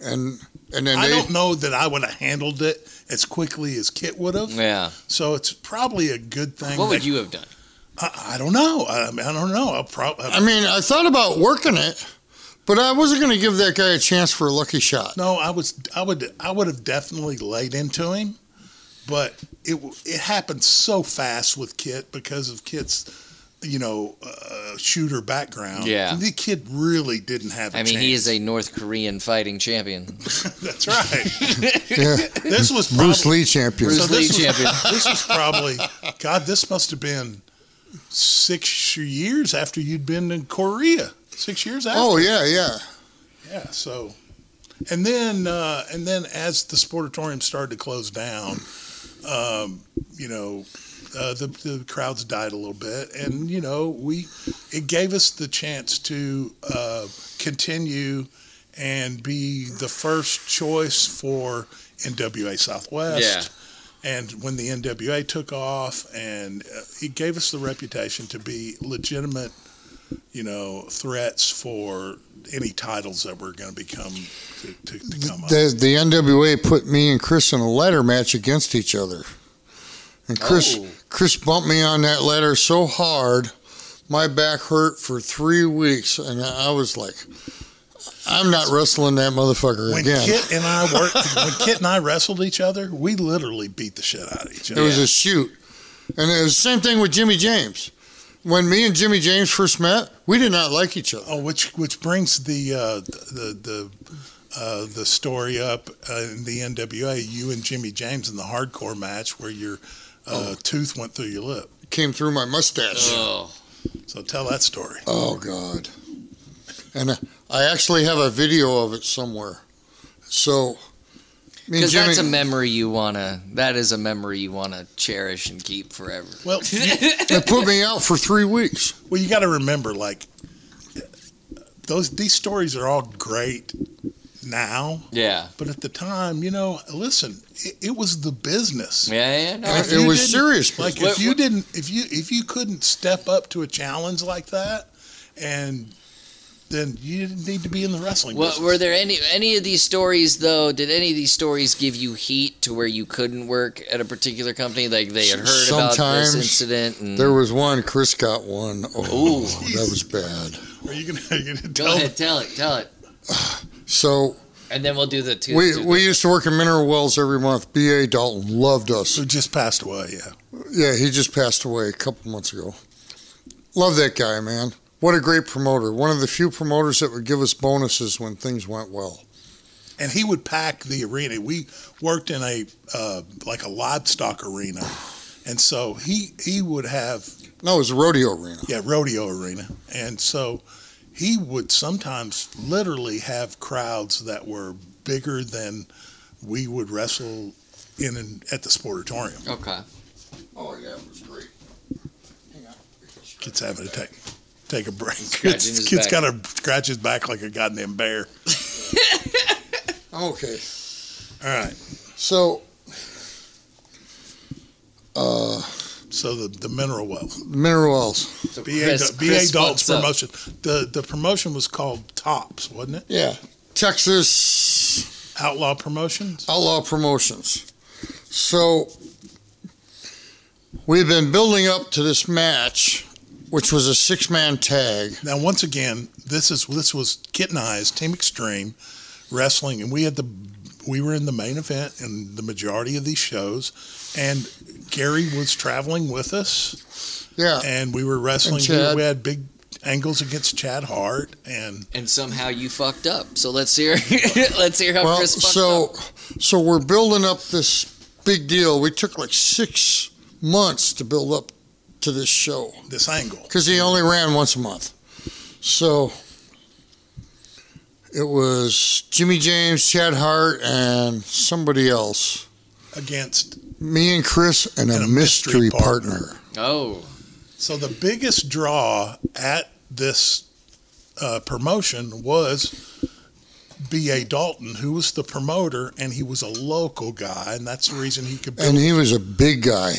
C: and and then
A: Mm-hmm. I
C: they
A: don't know that I would have handled it as quickly as Kit would have.
B: Yeah.
A: So it's probably a good thing.
B: What would
A: that-
B: you have done?
A: I, I don't know. I, I don't know. I'll probably.
C: I mean, I thought about working it, but I wasn't going to give that guy a chance for a lucky shot.
A: No, I was. I would. I would have definitely laid into him, but it w- it happened so fast with Kit because of Kit's, you know, uh, shooter background.
B: Yeah.
A: the kid really didn't have. I
B: I mean, he is a North Korean fighting champion.
A: That's right.
C: Yeah.
A: This was probably,
C: Bruce Lee champion.
B: Bruce
A: So this
B: Lee
A: was-
B: champion.
A: This was probably God. This must have been six years after you'd been in Korea. Six years after.
C: Oh yeah, yeah.
A: Yeah. So, and then uh, and then as the sportatorium started to close down, um, you know, uh, the the crowds died a little bit, and you know we it gave us the chance to uh, continue and be the first choice for NWA Southwest. And when the NWA took off, and uh, it gave us the reputation to be legitimate, you know, threats for any titles that were going to become to, to, to come up.
C: The the NWA put me and Chris in a ladder match against each other, and Chris
B: Oh.
C: Chris bumped me on that ladder so hard, my back hurt for three weeks, and I was like, I'm not wrestling that motherfucker
A: when
C: again.
A: Kit and I worked, when Kit and I wrestled each other, we literally beat the shit out of each
C: It
A: other.
C: was a shoot. And it was the same thing with Jimmy James. When me and Jimmy James first met, we did not like each other.
A: Oh, which which brings the uh, the the uh, the story up uh, in the NWA. You and Jimmy James in the hardcore match where your
C: Oh.
A: uh, tooth went through your lip.
C: It came through my mustache.
B: Oh,
A: So tell that story.
C: Oh, God. And I- I actually have a video of it somewhere. So, me and
B: because
C: Jimmy.
B: that's a memory you wanna. That is a memory you wanna cherish and keep forever.
A: Well, you,
C: they put me out for three weeks.
A: well, you got to remember, like those these stories are all great now,
B: Yeah.
A: but at the time, you know, listen, it, it was the business.
B: Yeah. Yeah.
A: And
B: No, I-
A: if
C: It
A: you
C: was
A: didn't-
C: serious.
A: Like
B: What-
A: if you
B: what-
A: didn't, if you if you couldn't step up to a challenge like that, and then you didn't need to be in the wrestling.
B: Well,
A: business.
B: were there any any of these stories though? Did any of these stories give you heat to where you couldn't work at a particular company? Like they had heard about
C: Sometimes
B: this incident. And...
C: there was one. Chris got one. Oh,
B: Ooh.
C: that was bad.
A: Are you gonna, are you gonna
B: Go
A: tell?
B: ahead, tell it, tell it,
C: So,
B: and then we'll do the two.
C: we,
B: two-
C: we used to work in Mineral Wells every month. B.A. Dalton loved us.
A: Who just passed away? Yeah.
C: Yeah, he just passed away a couple months ago. Love that guy, man. What a great promoter. One of the few promoters that would give us bonuses when things went well.
A: and he would pack the arena. We worked in a uh, like a livestock arena, and so he he would have
C: No, it was a rodeo arena.
A: yeah rodeo arena, and so he would sometimes literally have crowds that were bigger than we would wrestle in an, at the sportatorium.
B: Okay.
C: Oh, yeah, it was great. Hang on.
A: Kids having to take take a break.
B: Scratching
A: Kids,
B: his
A: kids
B: back.
A: got to scratch his back like a goddamn bear.
C: I'm okay.
A: All right.
C: So, uh,
A: So the, the mineral well,
C: Mineral Wells.
B: So
A: BA,
B: Chris-
A: BA
B: Chris
A: Dalton's
B: what's up?
A: promotion. The the promotion was called Tops, wasn't it?
C: Yeah. Texas
A: Outlaw Promotions.
C: Outlaw Promotions. So, we've been building up to this match, which was a six man tag.
A: Now, once again, this is this was Kit and I's Team Extreme wrestling, and we had the we were in the main event in the majority of these shows, and Gary was traveling with us,
C: Yeah.
A: and we were wrestling.
C: Uh, And Chad.
A: We had big angles against Chad Hart, and
B: And somehow you fucked up. So let's hear. let's hear how
C: well,
B: Chris fucked
C: so
B: up.
C: so we're building up this big deal. We took like six months to build up to this show
A: this angle.
C: because he only ran once a month. So it was Jimmy James, Chad Hart, and somebody else.
A: against.
C: Me and Chris and, a,
A: And a
C: mystery,
A: mystery
C: partner.
B: Oh,
A: So the biggest draw at this uh, promotion was B.A. Dalton, who was the promoter, and he was a local guy, and that's the reason he could. Build,
C: and he was a big guy.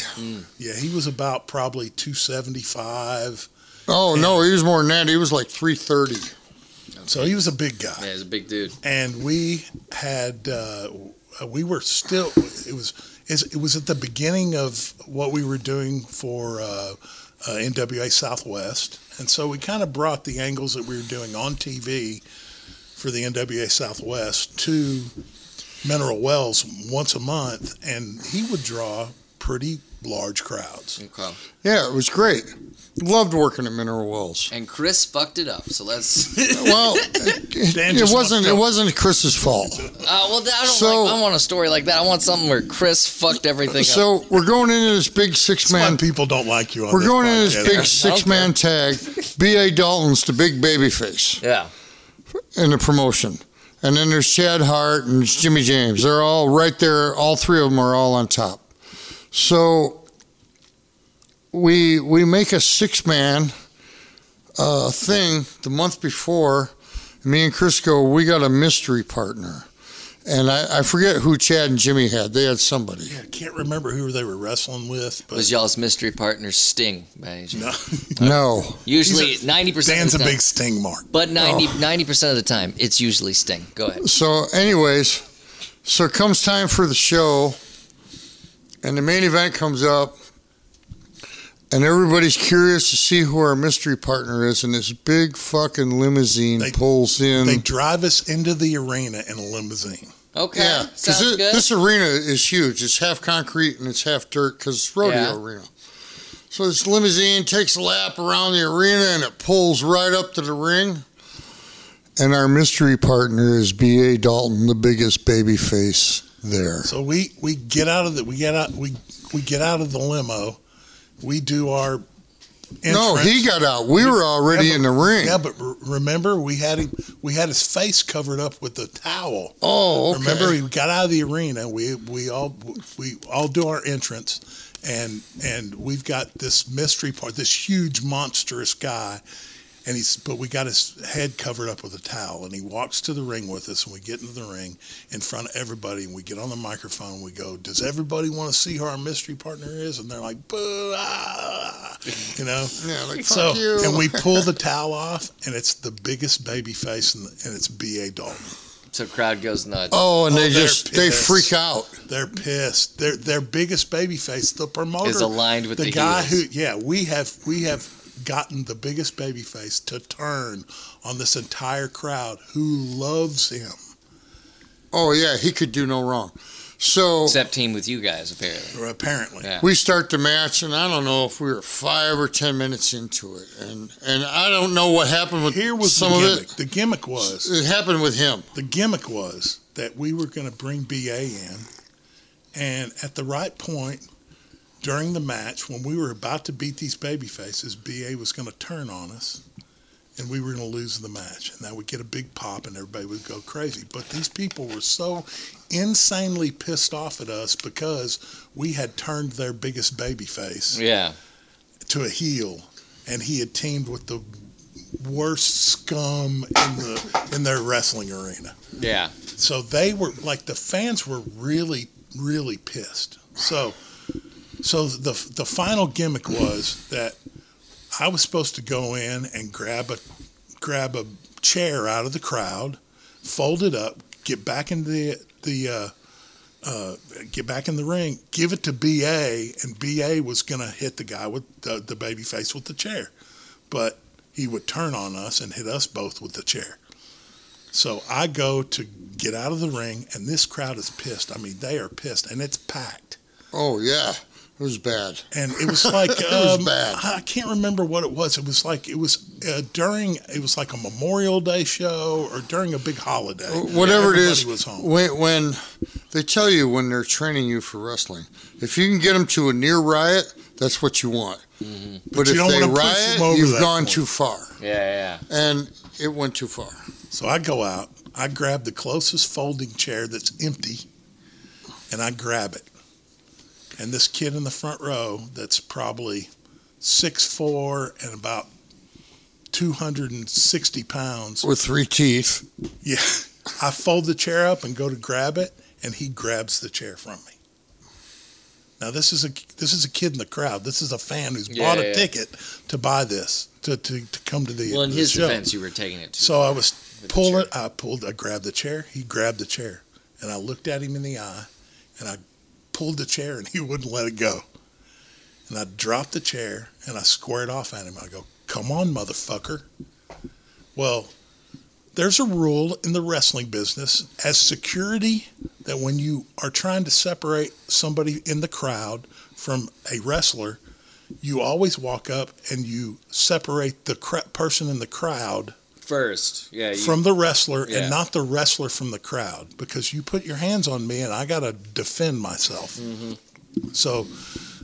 A: yeah, he was about probably two seventy five.
C: Oh no, he was more than that. He was like three thirty.
A: So he was a big guy.
B: Yeah, he's a big dude.
A: and we had uh, we were still it was it was at the beginning of what we were doing for uh, uh, NWA Southwest, and so we kind of brought the angles that we were doing on TV for the NWA Southwest to Mineral Wells once a month, and he would draw pretty large crowds.
B: Okay.
C: Yeah, it was great. Loved working at Mineral Wells.
B: And Chris fucked it up. So let's.
C: Well, it,
A: Dan
C: it
A: just
C: wasn't.
A: walked
C: It
A: out.
C: wasn't Chris's fault.
B: Uh, well, I don't
C: So-
B: like. I want a story like that. I want something where Chris fucked everything up.
C: So we're going into this big six
A: That's why
C: man.
A: people don't like you. On
C: We're
A: this
C: going into this
A: podcast.
C: big six man tag. B.A. Dalton's the big baby face
B: Yeah.
C: in the promotion. And then there's Chad Hart and Jimmy James. They're all right there. All three of them are all on top. So we we make a six man uh, thing the month before. Me and Chris go. We got a mystery partner, and I, I forget who Chad and Jimmy had. They had somebody.
A: Yeah, I can't remember who they were wrestling with, but
B: Was y'all's mystery partner Sting? by any chance?
A: no,
C: No,
B: Usually ninety percent.
A: Dan's
B: of
A: a
B: the time,
A: big Oh. sting mark.
B: But 90 percent of the time, it's usually Sting. Go ahead.
C: so anyways so it comes time for the show and the main event comes up and everybody's curious to see who our mystery partner is and this big fucking limousine
A: They-
C: pulls in
A: They drive us into the arena in a limousine.
B: Okay.
C: yeah
B: Sounds
C: because
B: good.
C: this arena is huge it's half concrete and it's half dirt because it's rodeo
B: Yeah.
C: arena so this limousine takes a lap around the arena and it pulls right up to the ring and our mystery partner is ba dalton the biggest baby face there
A: So we we get out of the we get out we we get out of the limo. We do our
C: No,
A: entrance.
C: he got out. We were already in the ring.
A: yeah, but re- remember we had him we had his face covered up with a towel.
C: Oh, okay.
A: Remember we got out of the arena. We we all we all do our entrance, and and we've got this mystery part, this huge monstrous guy. And he's, but we got his head covered up with a towel, and he walks to the ring with us, and we get into the ring in front of everybody, and we get on the microphone, and we go, "Does everybody want to see who our mystery partner is?" And they're like, "Boo!" Ah, you know.
C: Yeah, like
A: So,
C: fuck you.
A: and we pull the towel off, and it's the biggest baby face, in the, and it's B.A. Dalton.
B: so crowd goes nuts.
C: oh, and
A: Oh,
C: they
A: they're
C: just they
A: pissed.
C: freak out.
A: They're pissed. Their their biggest baby face, the promoter,
B: Is aligned with the
A: Oh, guy
B: heels.
A: who. Yeah, we have we have gotten the biggest baby face to turn on this entire crowd who loves him.
C: Oh yeah, he could do no wrong. So
B: Except team with you guys, apparently.
A: or Apparently,
B: Yeah.
C: we start the match, and I don't know if we were five or ten minutes into it, and and I don't know what happened with
A: here was
C: some
A: the
C: of
A: gimmick.
C: it.
A: The gimmick was
C: It happened with him.
A: the gimmick was that we were going to bring BA in, and at the right point during the match, when we were about to beat these baby faces, BA was going to turn on us, and we were going to lose the match, and that would get a big pop, and everybody would go crazy. But these people were so insanely pissed off at us because we had turned their biggest baby face
B: Yeah.
A: to a heel, and he had teamed with the worst scum in the in their wrestling arena.
B: Yeah.
A: So they were like the fans were really really pissed. So so the the final gimmick was that I was supposed to go in and grab a grab a chair out of the crowd, fold it up, get back into the the uh, uh, get back in the ring, give it to BA, and BA was gonna hit the guy with the, the baby face with the chair, but he would turn on us and hit us both with the chair. So I go to get out of the ring, and this crowd is pissed. I mean, they are pissed, and it's packed.
C: Oh yeah, it was bad.
A: And it was like
C: It was
A: um,
C: bad.
A: I can't remember what it was. It was like it was uh, during it was like a Memorial Day show or during a big holiday.
C: Whatever it
A: Everybody
C: is,
A: was home.
C: when when they tell you when they're training you for wrestling, if you can get them to a near riot, that's what you want. But,
A: Mm-hmm. you
C: if
A: don't
C: they
A: wanna push 'em
C: riot,
A: over
C: you've
A: that
C: gone
A: point.
C: too far.
B: Yeah. Yeah.
C: and it went too far.
A: So I go out, I grab the closest folding chair that's empty, and I grab it. And this kid in the front row that's probably six four and about two hundred and sixty pounds.
C: With three teeth.
A: Yeah. I fold the chair up and go to grab it, and he grabs the chair from me. Now this is a this is a kid in the crowd. This is a fan who's bought
B: Yeah,
A: a
B: yeah.
A: ticket to buy this to, to, to come to the,
B: Well, in
A: the
B: his
A: show.
B: defense, you were taking it.
A: So I was
B: with the
A: pull
B: chair.
A: it. I pulled. I grabbed the chair. He grabbed the chair, and I looked at him in the eye, and I pulled the chair, and he wouldn't let it go. And I dropped the chair, and I squared off at him. I go, "Come on, motherfucker!" Well, there's a rule in the wrestling business as security that when you are trying to separate somebody in the crowd from a wrestler, you always walk up and you separate the cra- person in the crowd
B: first. Yeah, you,
A: from the wrestler
B: Yeah.
A: and not the wrestler from the crowd because you put your hands on me and I got to defend myself.
B: Mm-hmm.
A: So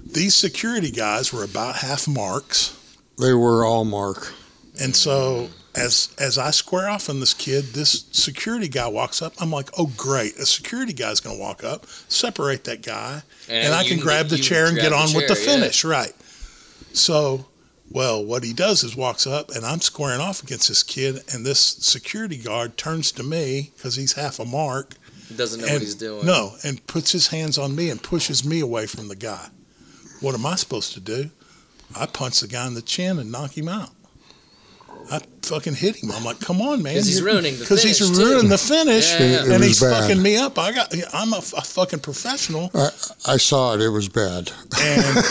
A: these security guys were about half marks.
C: They were all Mark.
A: And so
B: Mm-hmm.
A: as as I square off on this kid, this security guy walks up. I'm like, "Oh great, a security guy's going to walk up, separate that guy." and I
B: you
A: can grab the
B: you
A: chair and
B: grab
A: get on with the
B: chair, yeah.
A: finish, right? So, well, what he does is walks up, and I'm squaring off against this kid, and this security guard turns to me because he's half a mark,
B: Doesn't know
A: and
B: what he's doing.
A: no, and puts his hands on me and pushes me away from the guy. What am I supposed to do? I punch the guy in the chin and knock him out. I fucking hit him. I'm like, come on, man.
B: 'Cause he's
A: you're-
B: ruining the
A: he's
B: finish,
A: ruining
B: too.
A: the finish,
B: Yeah, yeah.
C: It
A: and
C: was
A: he's
C: bad.
A: fucking me up. I got. I'm a, a fucking professional.
C: I saw it. It was bad.
A: And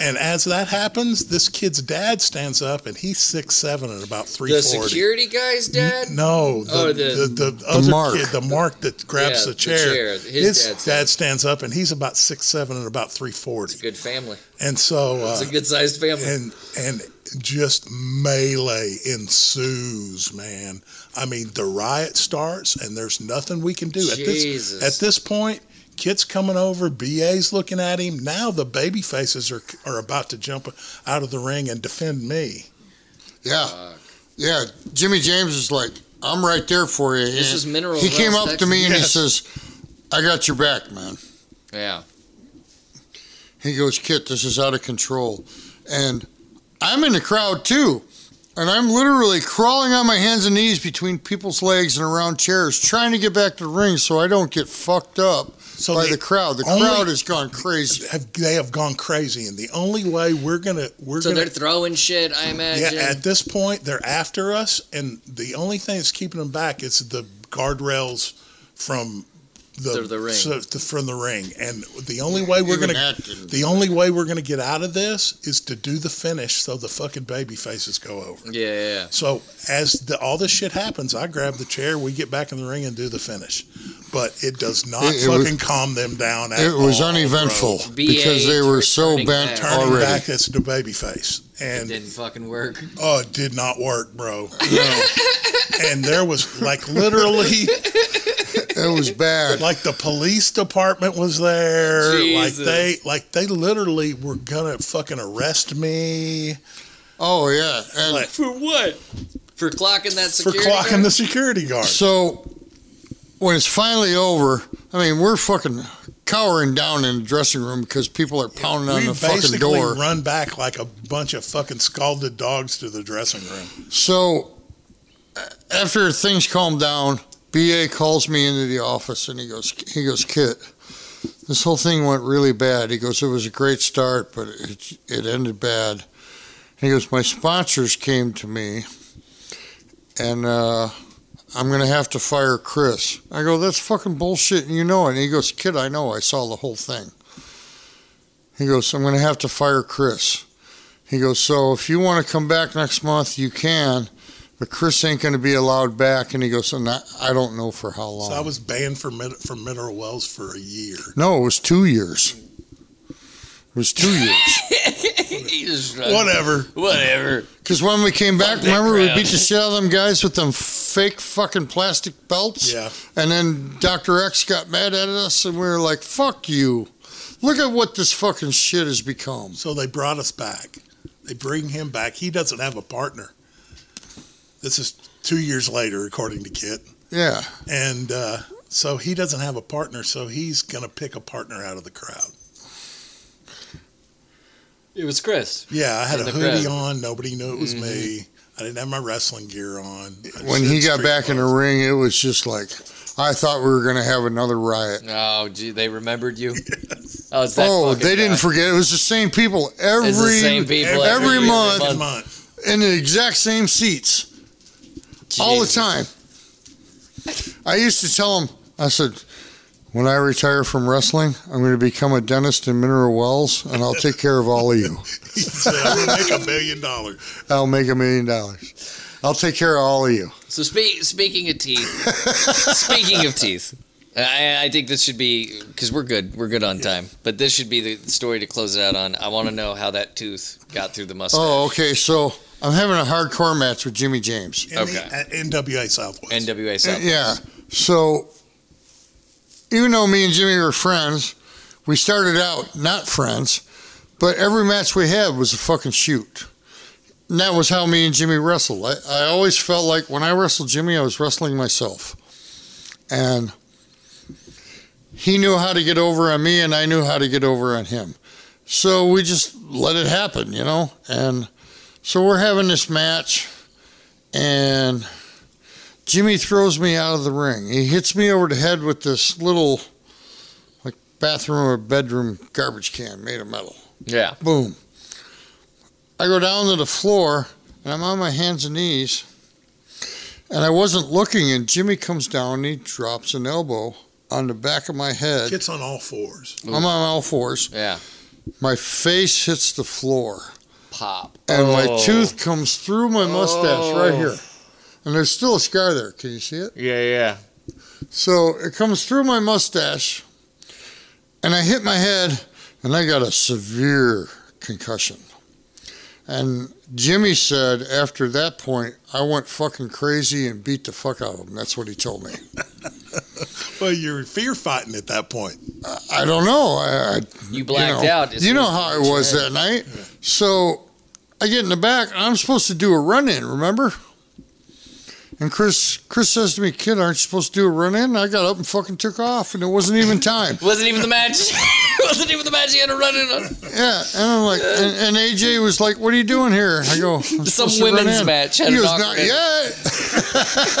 A: and as that happens, this kid's dad stands up and he's six seven and about three
B: The
A: forty.
B: security guy's dad.
A: no, the,
B: Oh,
A: the,
B: the-
A: the, other
C: mark.
A: kid, the mark that grabs
B: Yeah,
A: the
B: the
A: chair.
B: chair. His dad stands
A: dad stands up and he's about six seven and about three forty.
B: Good family.
A: And so uh,
B: It's a good sized family.
A: and and just melee ensues, man. I mean, the riot starts, and there's nothing we can do at
B: Jesus.
A: this at this point. Kids coming over, BA's looking at him. Now the baby faces are are about to jump out of the ring and defend me.
C: Yeah.
B: Fuck.
C: Yeah. Jimmy James is like, I'm right there for you.
B: This
C: And
B: is Mineral
C: He
B: Wells,
C: came up to
B: Texas.
C: me and he
A: Yes.
C: says, I got your back, man.
B: yeah.
C: He goes, Kit, this is out of control. And I'm in the crowd too. And I'm literally crawling on my hands and knees between people's legs and around chairs, trying to get back to the ring so I don't get fucked up
A: So
C: by
A: they
C: the crowd. The
A: only-
C: crowd has gone crazy.
A: have they have gone crazy, and the only way we're gonna we're
B: So
A: gonna
B: they're throwing shit. I imagine.
A: Yeah, at this point, they're after us, and the only thing that's keeping them back is the guardrails from the,
B: The- the ring.
A: so- to- from the ring, and the only way we're
C: Even
A: gonna
C: that didn't-
A: the only way we're gonna get out of this is to do the finish, so the fucking baby faces go over.
B: yeah, yeah, yeah.
A: So as the, all this shit happens, I grab the chair, we get back in the ring and do the finish, but it does not
C: It- it was-
A: fucking calm them down. At
C: It was
A: all,
C: uneventful
A: bro.
B: BA
C: because they were so
B: turning
C: bent
B: back.
A: Turning
C: already.
A: back, it's the baby face, and
B: Didn't fucking work.
A: Oh, it did not work, bro. No. and there was like literally
C: It was bad.
A: like the police department was there.
B: Jesus.
A: Like they like they literally were gonna fucking arrest me
C: Oh yeah, and
A: Like,
B: For what? For clocking that
A: for
B: security.
A: clocking
B: guard?
A: the security guard.
C: so when it's finally over, I mean, we're fucking cowering down in the dressing room because people are pounding on
A: we
C: the
A: basically
C: fucking door.
A: run back like a bunch of fucking scalded dogs to the dressing room.
C: So uh, after things calm down, BA calls me into the office and he goes, he goes, Kit, this whole thing went really bad. He goes, it was a great start, but it it ended bad. He goes, my sponsors came to me, and uh, I'm gonna have to fire Chris. I go, that's fucking bullshit, and you know it. And he goes, Kit, I know. I saw the whole thing. He goes, I'm gonna have to fire Chris. He goes, So if you want to come back next month, you can, but Chris ain't going to be allowed back. And he goes, And I, I don't know for how long.
A: So I was banned from mid- from Mineral Wells for a year.
C: no, it was two years. It was two years.
B: He just-
A: Whatever.
B: Whatever.
C: Because when we came back,
B: Fuck that
C: remember, we
B: crowd.
C: beat the shit out of them guys with them fake fucking plastic belts?
A: Yeah.
C: And then Dr. X got mad at us, and we were like, Fuck you. Look at what this fucking shit has become.
A: So they brought us back. They bring him back. He doesn't have a partner. This is two years later, according to Kit.
C: Yeah.
A: And uh, so he doesn't have a partner, so he's going to pick a partner out of the crowd.
B: It was Chris.
A: Yeah, I had
B: In
A: a
B: the
A: hoodie
B: crowd. Mm-hmm.
A: on. Nobody knew it was me. I didn't have my wrestling gear on. I
C: When
A: just
C: he
A: had
C: got
A: street
C: back in the
A: clothes.
C: ring, it was just like, I thought we were going to have another riot.
B: Oh, gee, they remembered you. Oh, it's that
C: oh,
B: fucking guy.
C: they didn't forget. It was the same people every
B: It's the same people
C: every month.
A: Every month.
C: in the exact same seats all the
B: Jesus.
C: time. I used to tell them, I said, when I retire from wrestling, I'm going to become a dentist in Mineral Wells, and I'll take care of all of you.
A: He said, I'm going to make a million dollars.
C: I'll make a million dollars. I'll take care of all of you.
B: So spe- speaking of teeth, speaking of teeth, I, I think this should be because we're good. We're good on time, but this should be the story to close it out on. I want to know how that tooth got through the mustache.
C: Oh, okay. So I'm having a hardcore match with Jimmy James.
A: In
B: Okay.
A: The, at NWA Southwest.
B: NWA South.
C: Yeah. So even though me and Jimmy were friends, we started out not friends, but every match we had was a fucking shoot. And that was how me and Jimmy wrestled. I, I always felt like when I wrestled Jimmy, I was wrestling myself. And he knew how to get over on me, and I knew how to get over on him. So we just let it happen, you know? And so we're having this match, and Jimmy throws me out of the ring. He hits me over the head with this little, like, bathroom or bedroom garbage can made of metal.
B: Yeah.
C: Boom. I go down to the floor and I'm on my hands and knees. And I wasn't looking, and Jimmy comes down and he drops an elbow on the back of my head.
A: Gets on all fours.
C: I'm on all fours.
B: Yeah.
C: My face hits the floor,
B: Pop.
C: and
B: Oh.
C: my tooth comes through my mustache right
B: Oh.
C: here. And there's still a scar there. Can you see it?
B: Yeah, yeah.
C: So it comes through my mustache, and I hit my head, and I got a severe concussion. And Jimmy said after that point, I went fucking crazy and beat the fuck out of him. That's what he told me.
A: Well, you're fear fighting at that point.
C: I don't know. I, I
B: You blacked
C: you know,
B: out. It's
C: You know
B: weird.
C: how I was that night. So I get in the back. and I'm supposed to do a run in. Remember? And Chris, Chris says to me, "Kid, aren't you supposed to do a run in?" And I got up and fucking took off, and it wasn't even time.
B: Wasn't even the match. Wasn't even the match you had to run in on.
C: Yeah, and I'm like, and, and AJ was like, "What are you doing here?" I go, "I'm supposed to run
B: women's
C: in."
B: match had
C: He
B: an
C: goes,
B: awkward
C: "Not
B: end."
C: yet."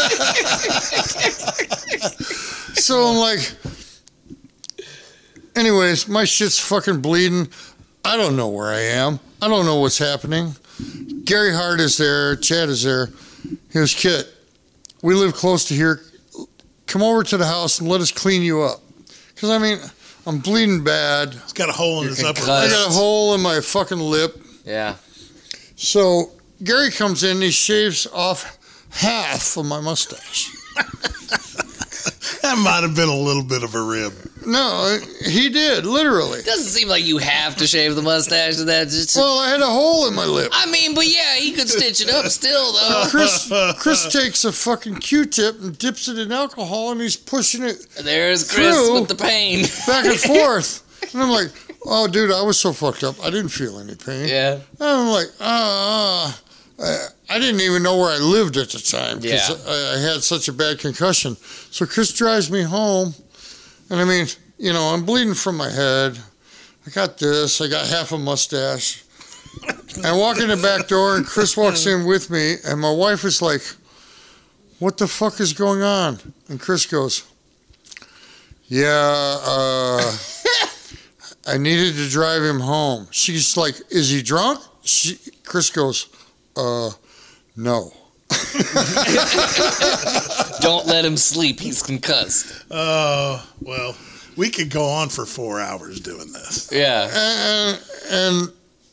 C: so I'm like, anyways, my shit's fucking bleeding. I don't know where I am. I don't know what's happening. Gary Hart is there. Chad is there. Here's Kit. We live close to here. Come over to the house and let us clean you up. Because I mean, I'm bleeding bad.
A: It's got a hole in his upper
B: cut.
C: I
A: lip.
C: got a hole in my fucking lip.
B: Yeah.
C: So Gary comes in and he shaves off half of my mustache.
A: That might have been a little bit of a rib.
C: No, he did, literally.
B: Doesn't seem like you have to shave the mustache and that. It's,
C: Well, I had a hole in my lip.
B: I mean, but yeah, he could stitch it up still though.
C: Chris, Chris takes a fucking Q-tip and dips it in alcohol and he's pushing it
B: There's Chris
C: True.
B: with the pain.
C: back and forth. And I'm like, oh, dude, I was so fucked up. I didn't feel any pain.
B: Yeah.
C: And I'm like, ah, uh, I didn't even know where I lived at the time because
B: Yeah.
C: I, I had such a bad concussion. So Chris drives me home, and I mean, you know, I'm bleeding from my head. I got this. I got half a mustache. I walk in the back door, and Chris walks in with me, and my wife is like, "What the fuck is going on?" And Chris goes, "Yeah." uh... I needed to drive him home. She's like, "Is he drunk?" She, Chris goes, "Uh, no."
B: Don't let him sleep. He's concussed.
A: Oh, well, we could go on for four hours doing this.
B: Yeah.
C: And, and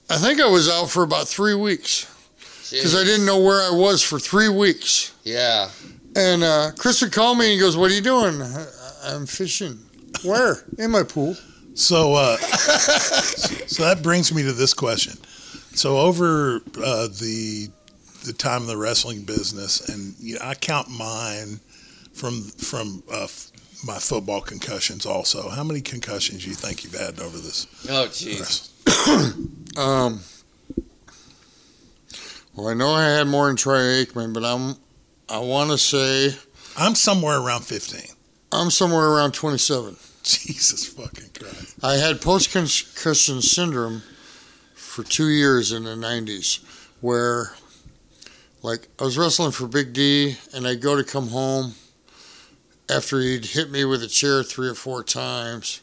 C: I think I was out for about three weeks because I didn't know where I was for three weeks.
B: Yeah.
C: And uh, Chris would call me and he goes, "What are you doing?" "I- I'm fishing. Where? In my pool.
A: So, uh, so that brings me to this question. So, over uh, the the time in the wrestling business, and you know, I count mine from from uh, f- my football concussions. Also, how many concussions do you think you've had over this?
B: Oh jeez.
C: Um, well, I know I had more in Troy Aikman, but I'm I want to say
A: I'm somewhere around 15.
C: I'm somewhere around 27.
A: Jesus fucking Christ!
C: I had post concussion syndrome for two years in the 90s, where like I was wrestling for Big D, and I'd go to come home after he'd hit me with a chair three or four times,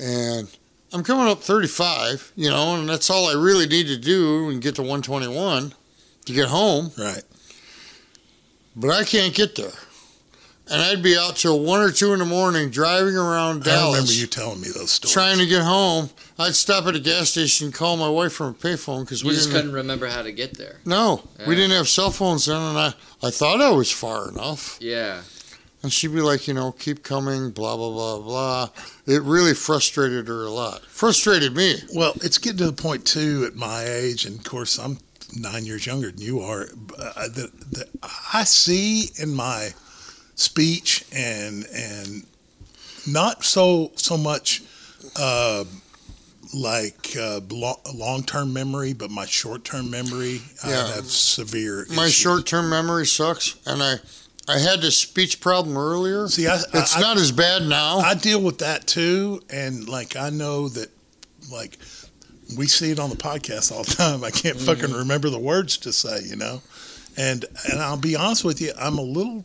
C: and I'm coming up 35, you know, and that's all I really need to do and get to 121 to get home,
A: Right.
C: but I can't get there. And I'd be out till one or two in the morning driving around
A: I remember
C: Dallas
A: you telling me those stories.
C: trying to get home. I'd stop at a gas station, call my wife from a payphone because
B: You
C: we
B: just
C: didn't.
B: couldn't remember how to get there.
C: No,
B: Yeah.
C: we didn't have cell phones then, and I, I thought I was far enough.
B: Yeah.
C: And she'd be like, you know, keep coming, blah, blah, blah, blah. It really frustrated her a lot. Frustrated me.
A: Well, it's getting to the point too at my age, and of course I'm nine years younger than you are. Uh, that, that I see in my speech and and not so so much uh, like uh, long term memory, but my short term memory.
C: Yeah.
A: I have severe.
C: My
A: issues.
C: short term memory sucks, and I, I had this speech problem earlier.
A: See, I,
C: It's
A: I,
C: not as bad now.
A: I deal with that too, and like I know that, like we see it on the podcast all the time. I can't
C: Mm-hmm.
A: fucking remember the words to say, you know, and and I'll be honest with you, I'm a little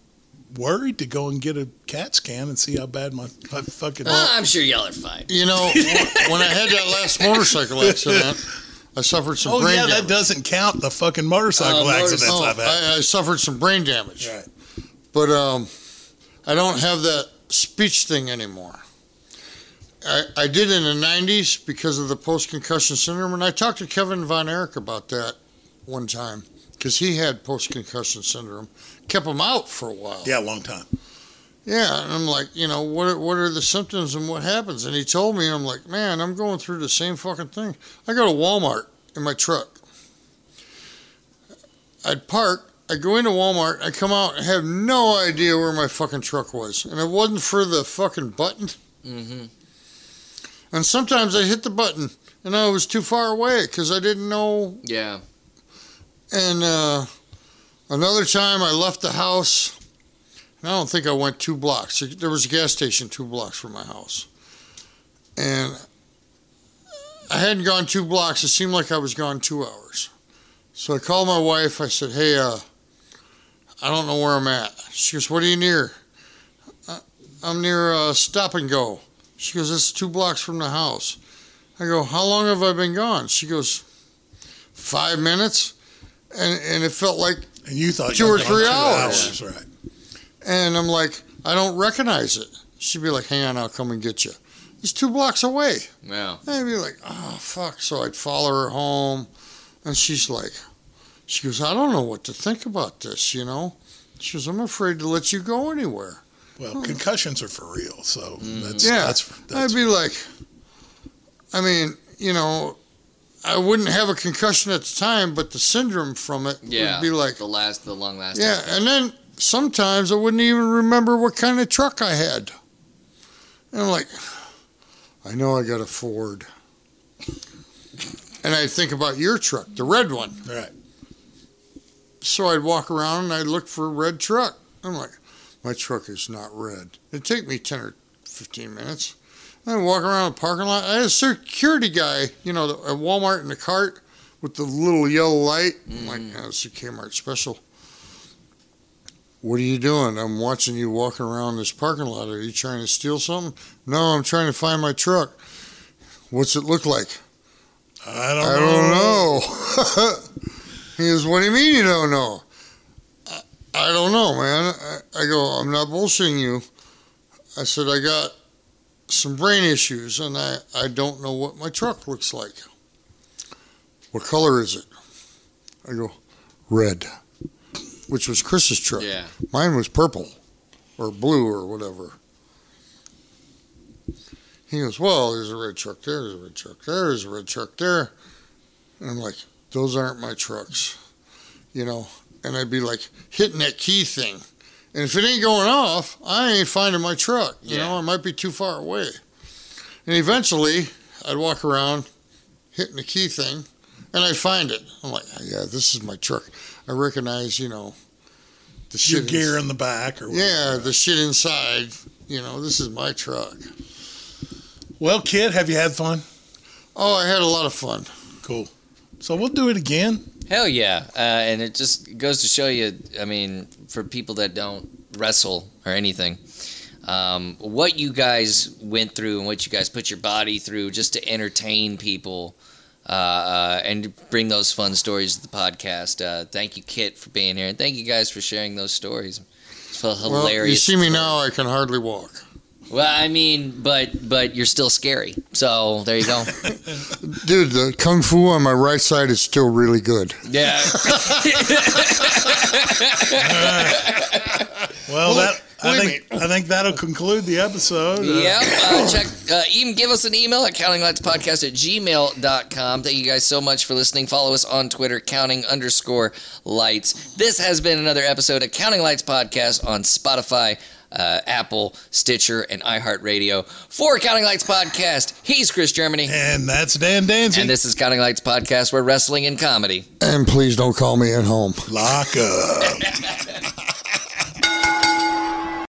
A: worried to go and get a CAT scan and see how bad my, my fucking.
C: Uh,
B: Well, I'm sure y'all are fine.
C: you know, wh- when I had that last motorcycle accident, I suffered some
A: oh
C: brain
A: yeah, that
C: damage.
A: doesn't count the fucking motorcycle
B: Uh,
A: accidents
B: motorcycle-
A: I've had.
C: I, I suffered some brain damage.
A: Right.
C: but um, I don't have that speech thing anymore. I, I did in the 90s because of the post concussion syndrome, and I talked to Kevin Von Erich about that one time because he had post concussion syndrome, kept him out for a while.
A: Yeah, long time.
C: Yeah, and I'm like, you know, what are, what are the symptoms and what happens? And he told me, I'm like, man, I'm going through the same fucking thing. I go to Walmart in my truck. I'd park, I go into Walmart, I come out, I have no idea where my fucking truck was. And it wasn't for the fucking button.
B: Mm-hmm.
C: And sometimes I hit the button and I was too far away because I didn't know
B: Yeah.
C: And uh, another time I left the house, and I don't think I went two blocks. There was a gas station two blocks from my house. And I hadn't gone two blocks. It seemed like I was gone two hours. So I called my wife. I said, Hey, uh, I don't know where I'm at. She goes, What are you near? "I- I'm near uh, Stop and Go. She goes, It's two blocks from the house. I go, How long have I been gone? She goes, Five minutes and and it felt like
A: And you thought
C: Two
A: you
C: or
A: were gone
C: three
A: two
C: hours.
A: right?
C: and I'm like I don't recognize it. She'd be like, "Hang on, I'll come and get you." It's two blocks away.
B: Wow.
C: And I'd be like, "Oh fuck!" So I'd follow her home, and she's like, "She goes, I don't know what to think about this, you know." She goes, "I'm afraid to let you go anywhere." Hmm.
A: Well, concussions are for real, so that's
C: Yeah.
A: that's that's
C: I'd be like, I mean, you know, I wouldn't have a concussion at the time, but the syndrome from it
B: Yeah.
C: would be like,
B: the last, the long last.
C: Yeah, and then sometimes I wouldn't even remember what kind of truck I had. And I'm like, I know I got a Ford. And I'd think about your truck, the red one.
A: right.
C: So I'd walk around and I'd look for a red truck. I'm like, my truck is not red. It'd take me 10 or 15 minutes. And I'd walk around the parking lot. I had a security guy, you know, at Walmart in the cart with the little yellow light. I'm like, yeah, it's a Kmart special. What are you doing? I'm watching you walking around this parking lot. Are you trying to steal something? No, I'm trying to find my truck. What's it look like?
A: I don't,
C: I don't know. he goes, What do you mean you don't know? I, I don't know, man. I, I go, I'm not bullshitting you. I said, I got some brain issues and I, I don't know what my truck looks like. What color is it? I go, Red, which was Chris's truck.
B: Yeah.
C: Mine was purple or blue or whatever. He goes, Well, there's a red truck there, there's a red truck there, there's a red truck there. And I'm like, Those aren't my trucks, you know? And I'd be like hitting that key thing. And if it ain't going off, I ain't finding my truck. You
B: Yeah.
C: know, I might be too far away. And eventually, I'd walk around hitting the key thing and I'd find it. I'm like, Yeah, this is my truck. I recognize, you know, the
A: Your
C: shit.
A: gear in the back or whatever.
C: Yeah, the shit inside. You know, this is my truck.
A: Well, kid, have you had fun?
C: Oh, I had a lot of fun.
A: Cool. So we'll do it again.
B: Hell yeah. Uh, and it just goes to show you, I mean, for people that don't wrestle or anything, um, what you guys went through and what you guys put your body through just to entertain people uh, uh, and bring those fun stories to the podcast. Uh, thank you, Kit, for being here, and thank you guys for sharing those stories. It's a
C: Well,
B: hilarious.
C: you see me now, I can hardly walk.
B: Well, I mean, but but you're still scary. So there you go.
C: Dude, the kung fu on my right side is still really good.
B: yeah.
A: Well, that I
C: wait a
A: think I think that'll conclude the episode. Uh,
B: Yep. Uh, check. Uh, even give us an email at countinglightspodcast at gmail.com. Thank you guys so much for listening. Follow us on Twitter, counting underscore lights. This has been another episode of Counting Lights Podcast on Spotify, uh, Apple, Stitcher, and iHeartRadio. For Counting Lights Podcast, he's Chris Germany.
A: And that's Dan Danzy.
B: And this is Counting Lights Podcast, where wrestling and comedy
C: And please don't call me at home.
A: Lock up.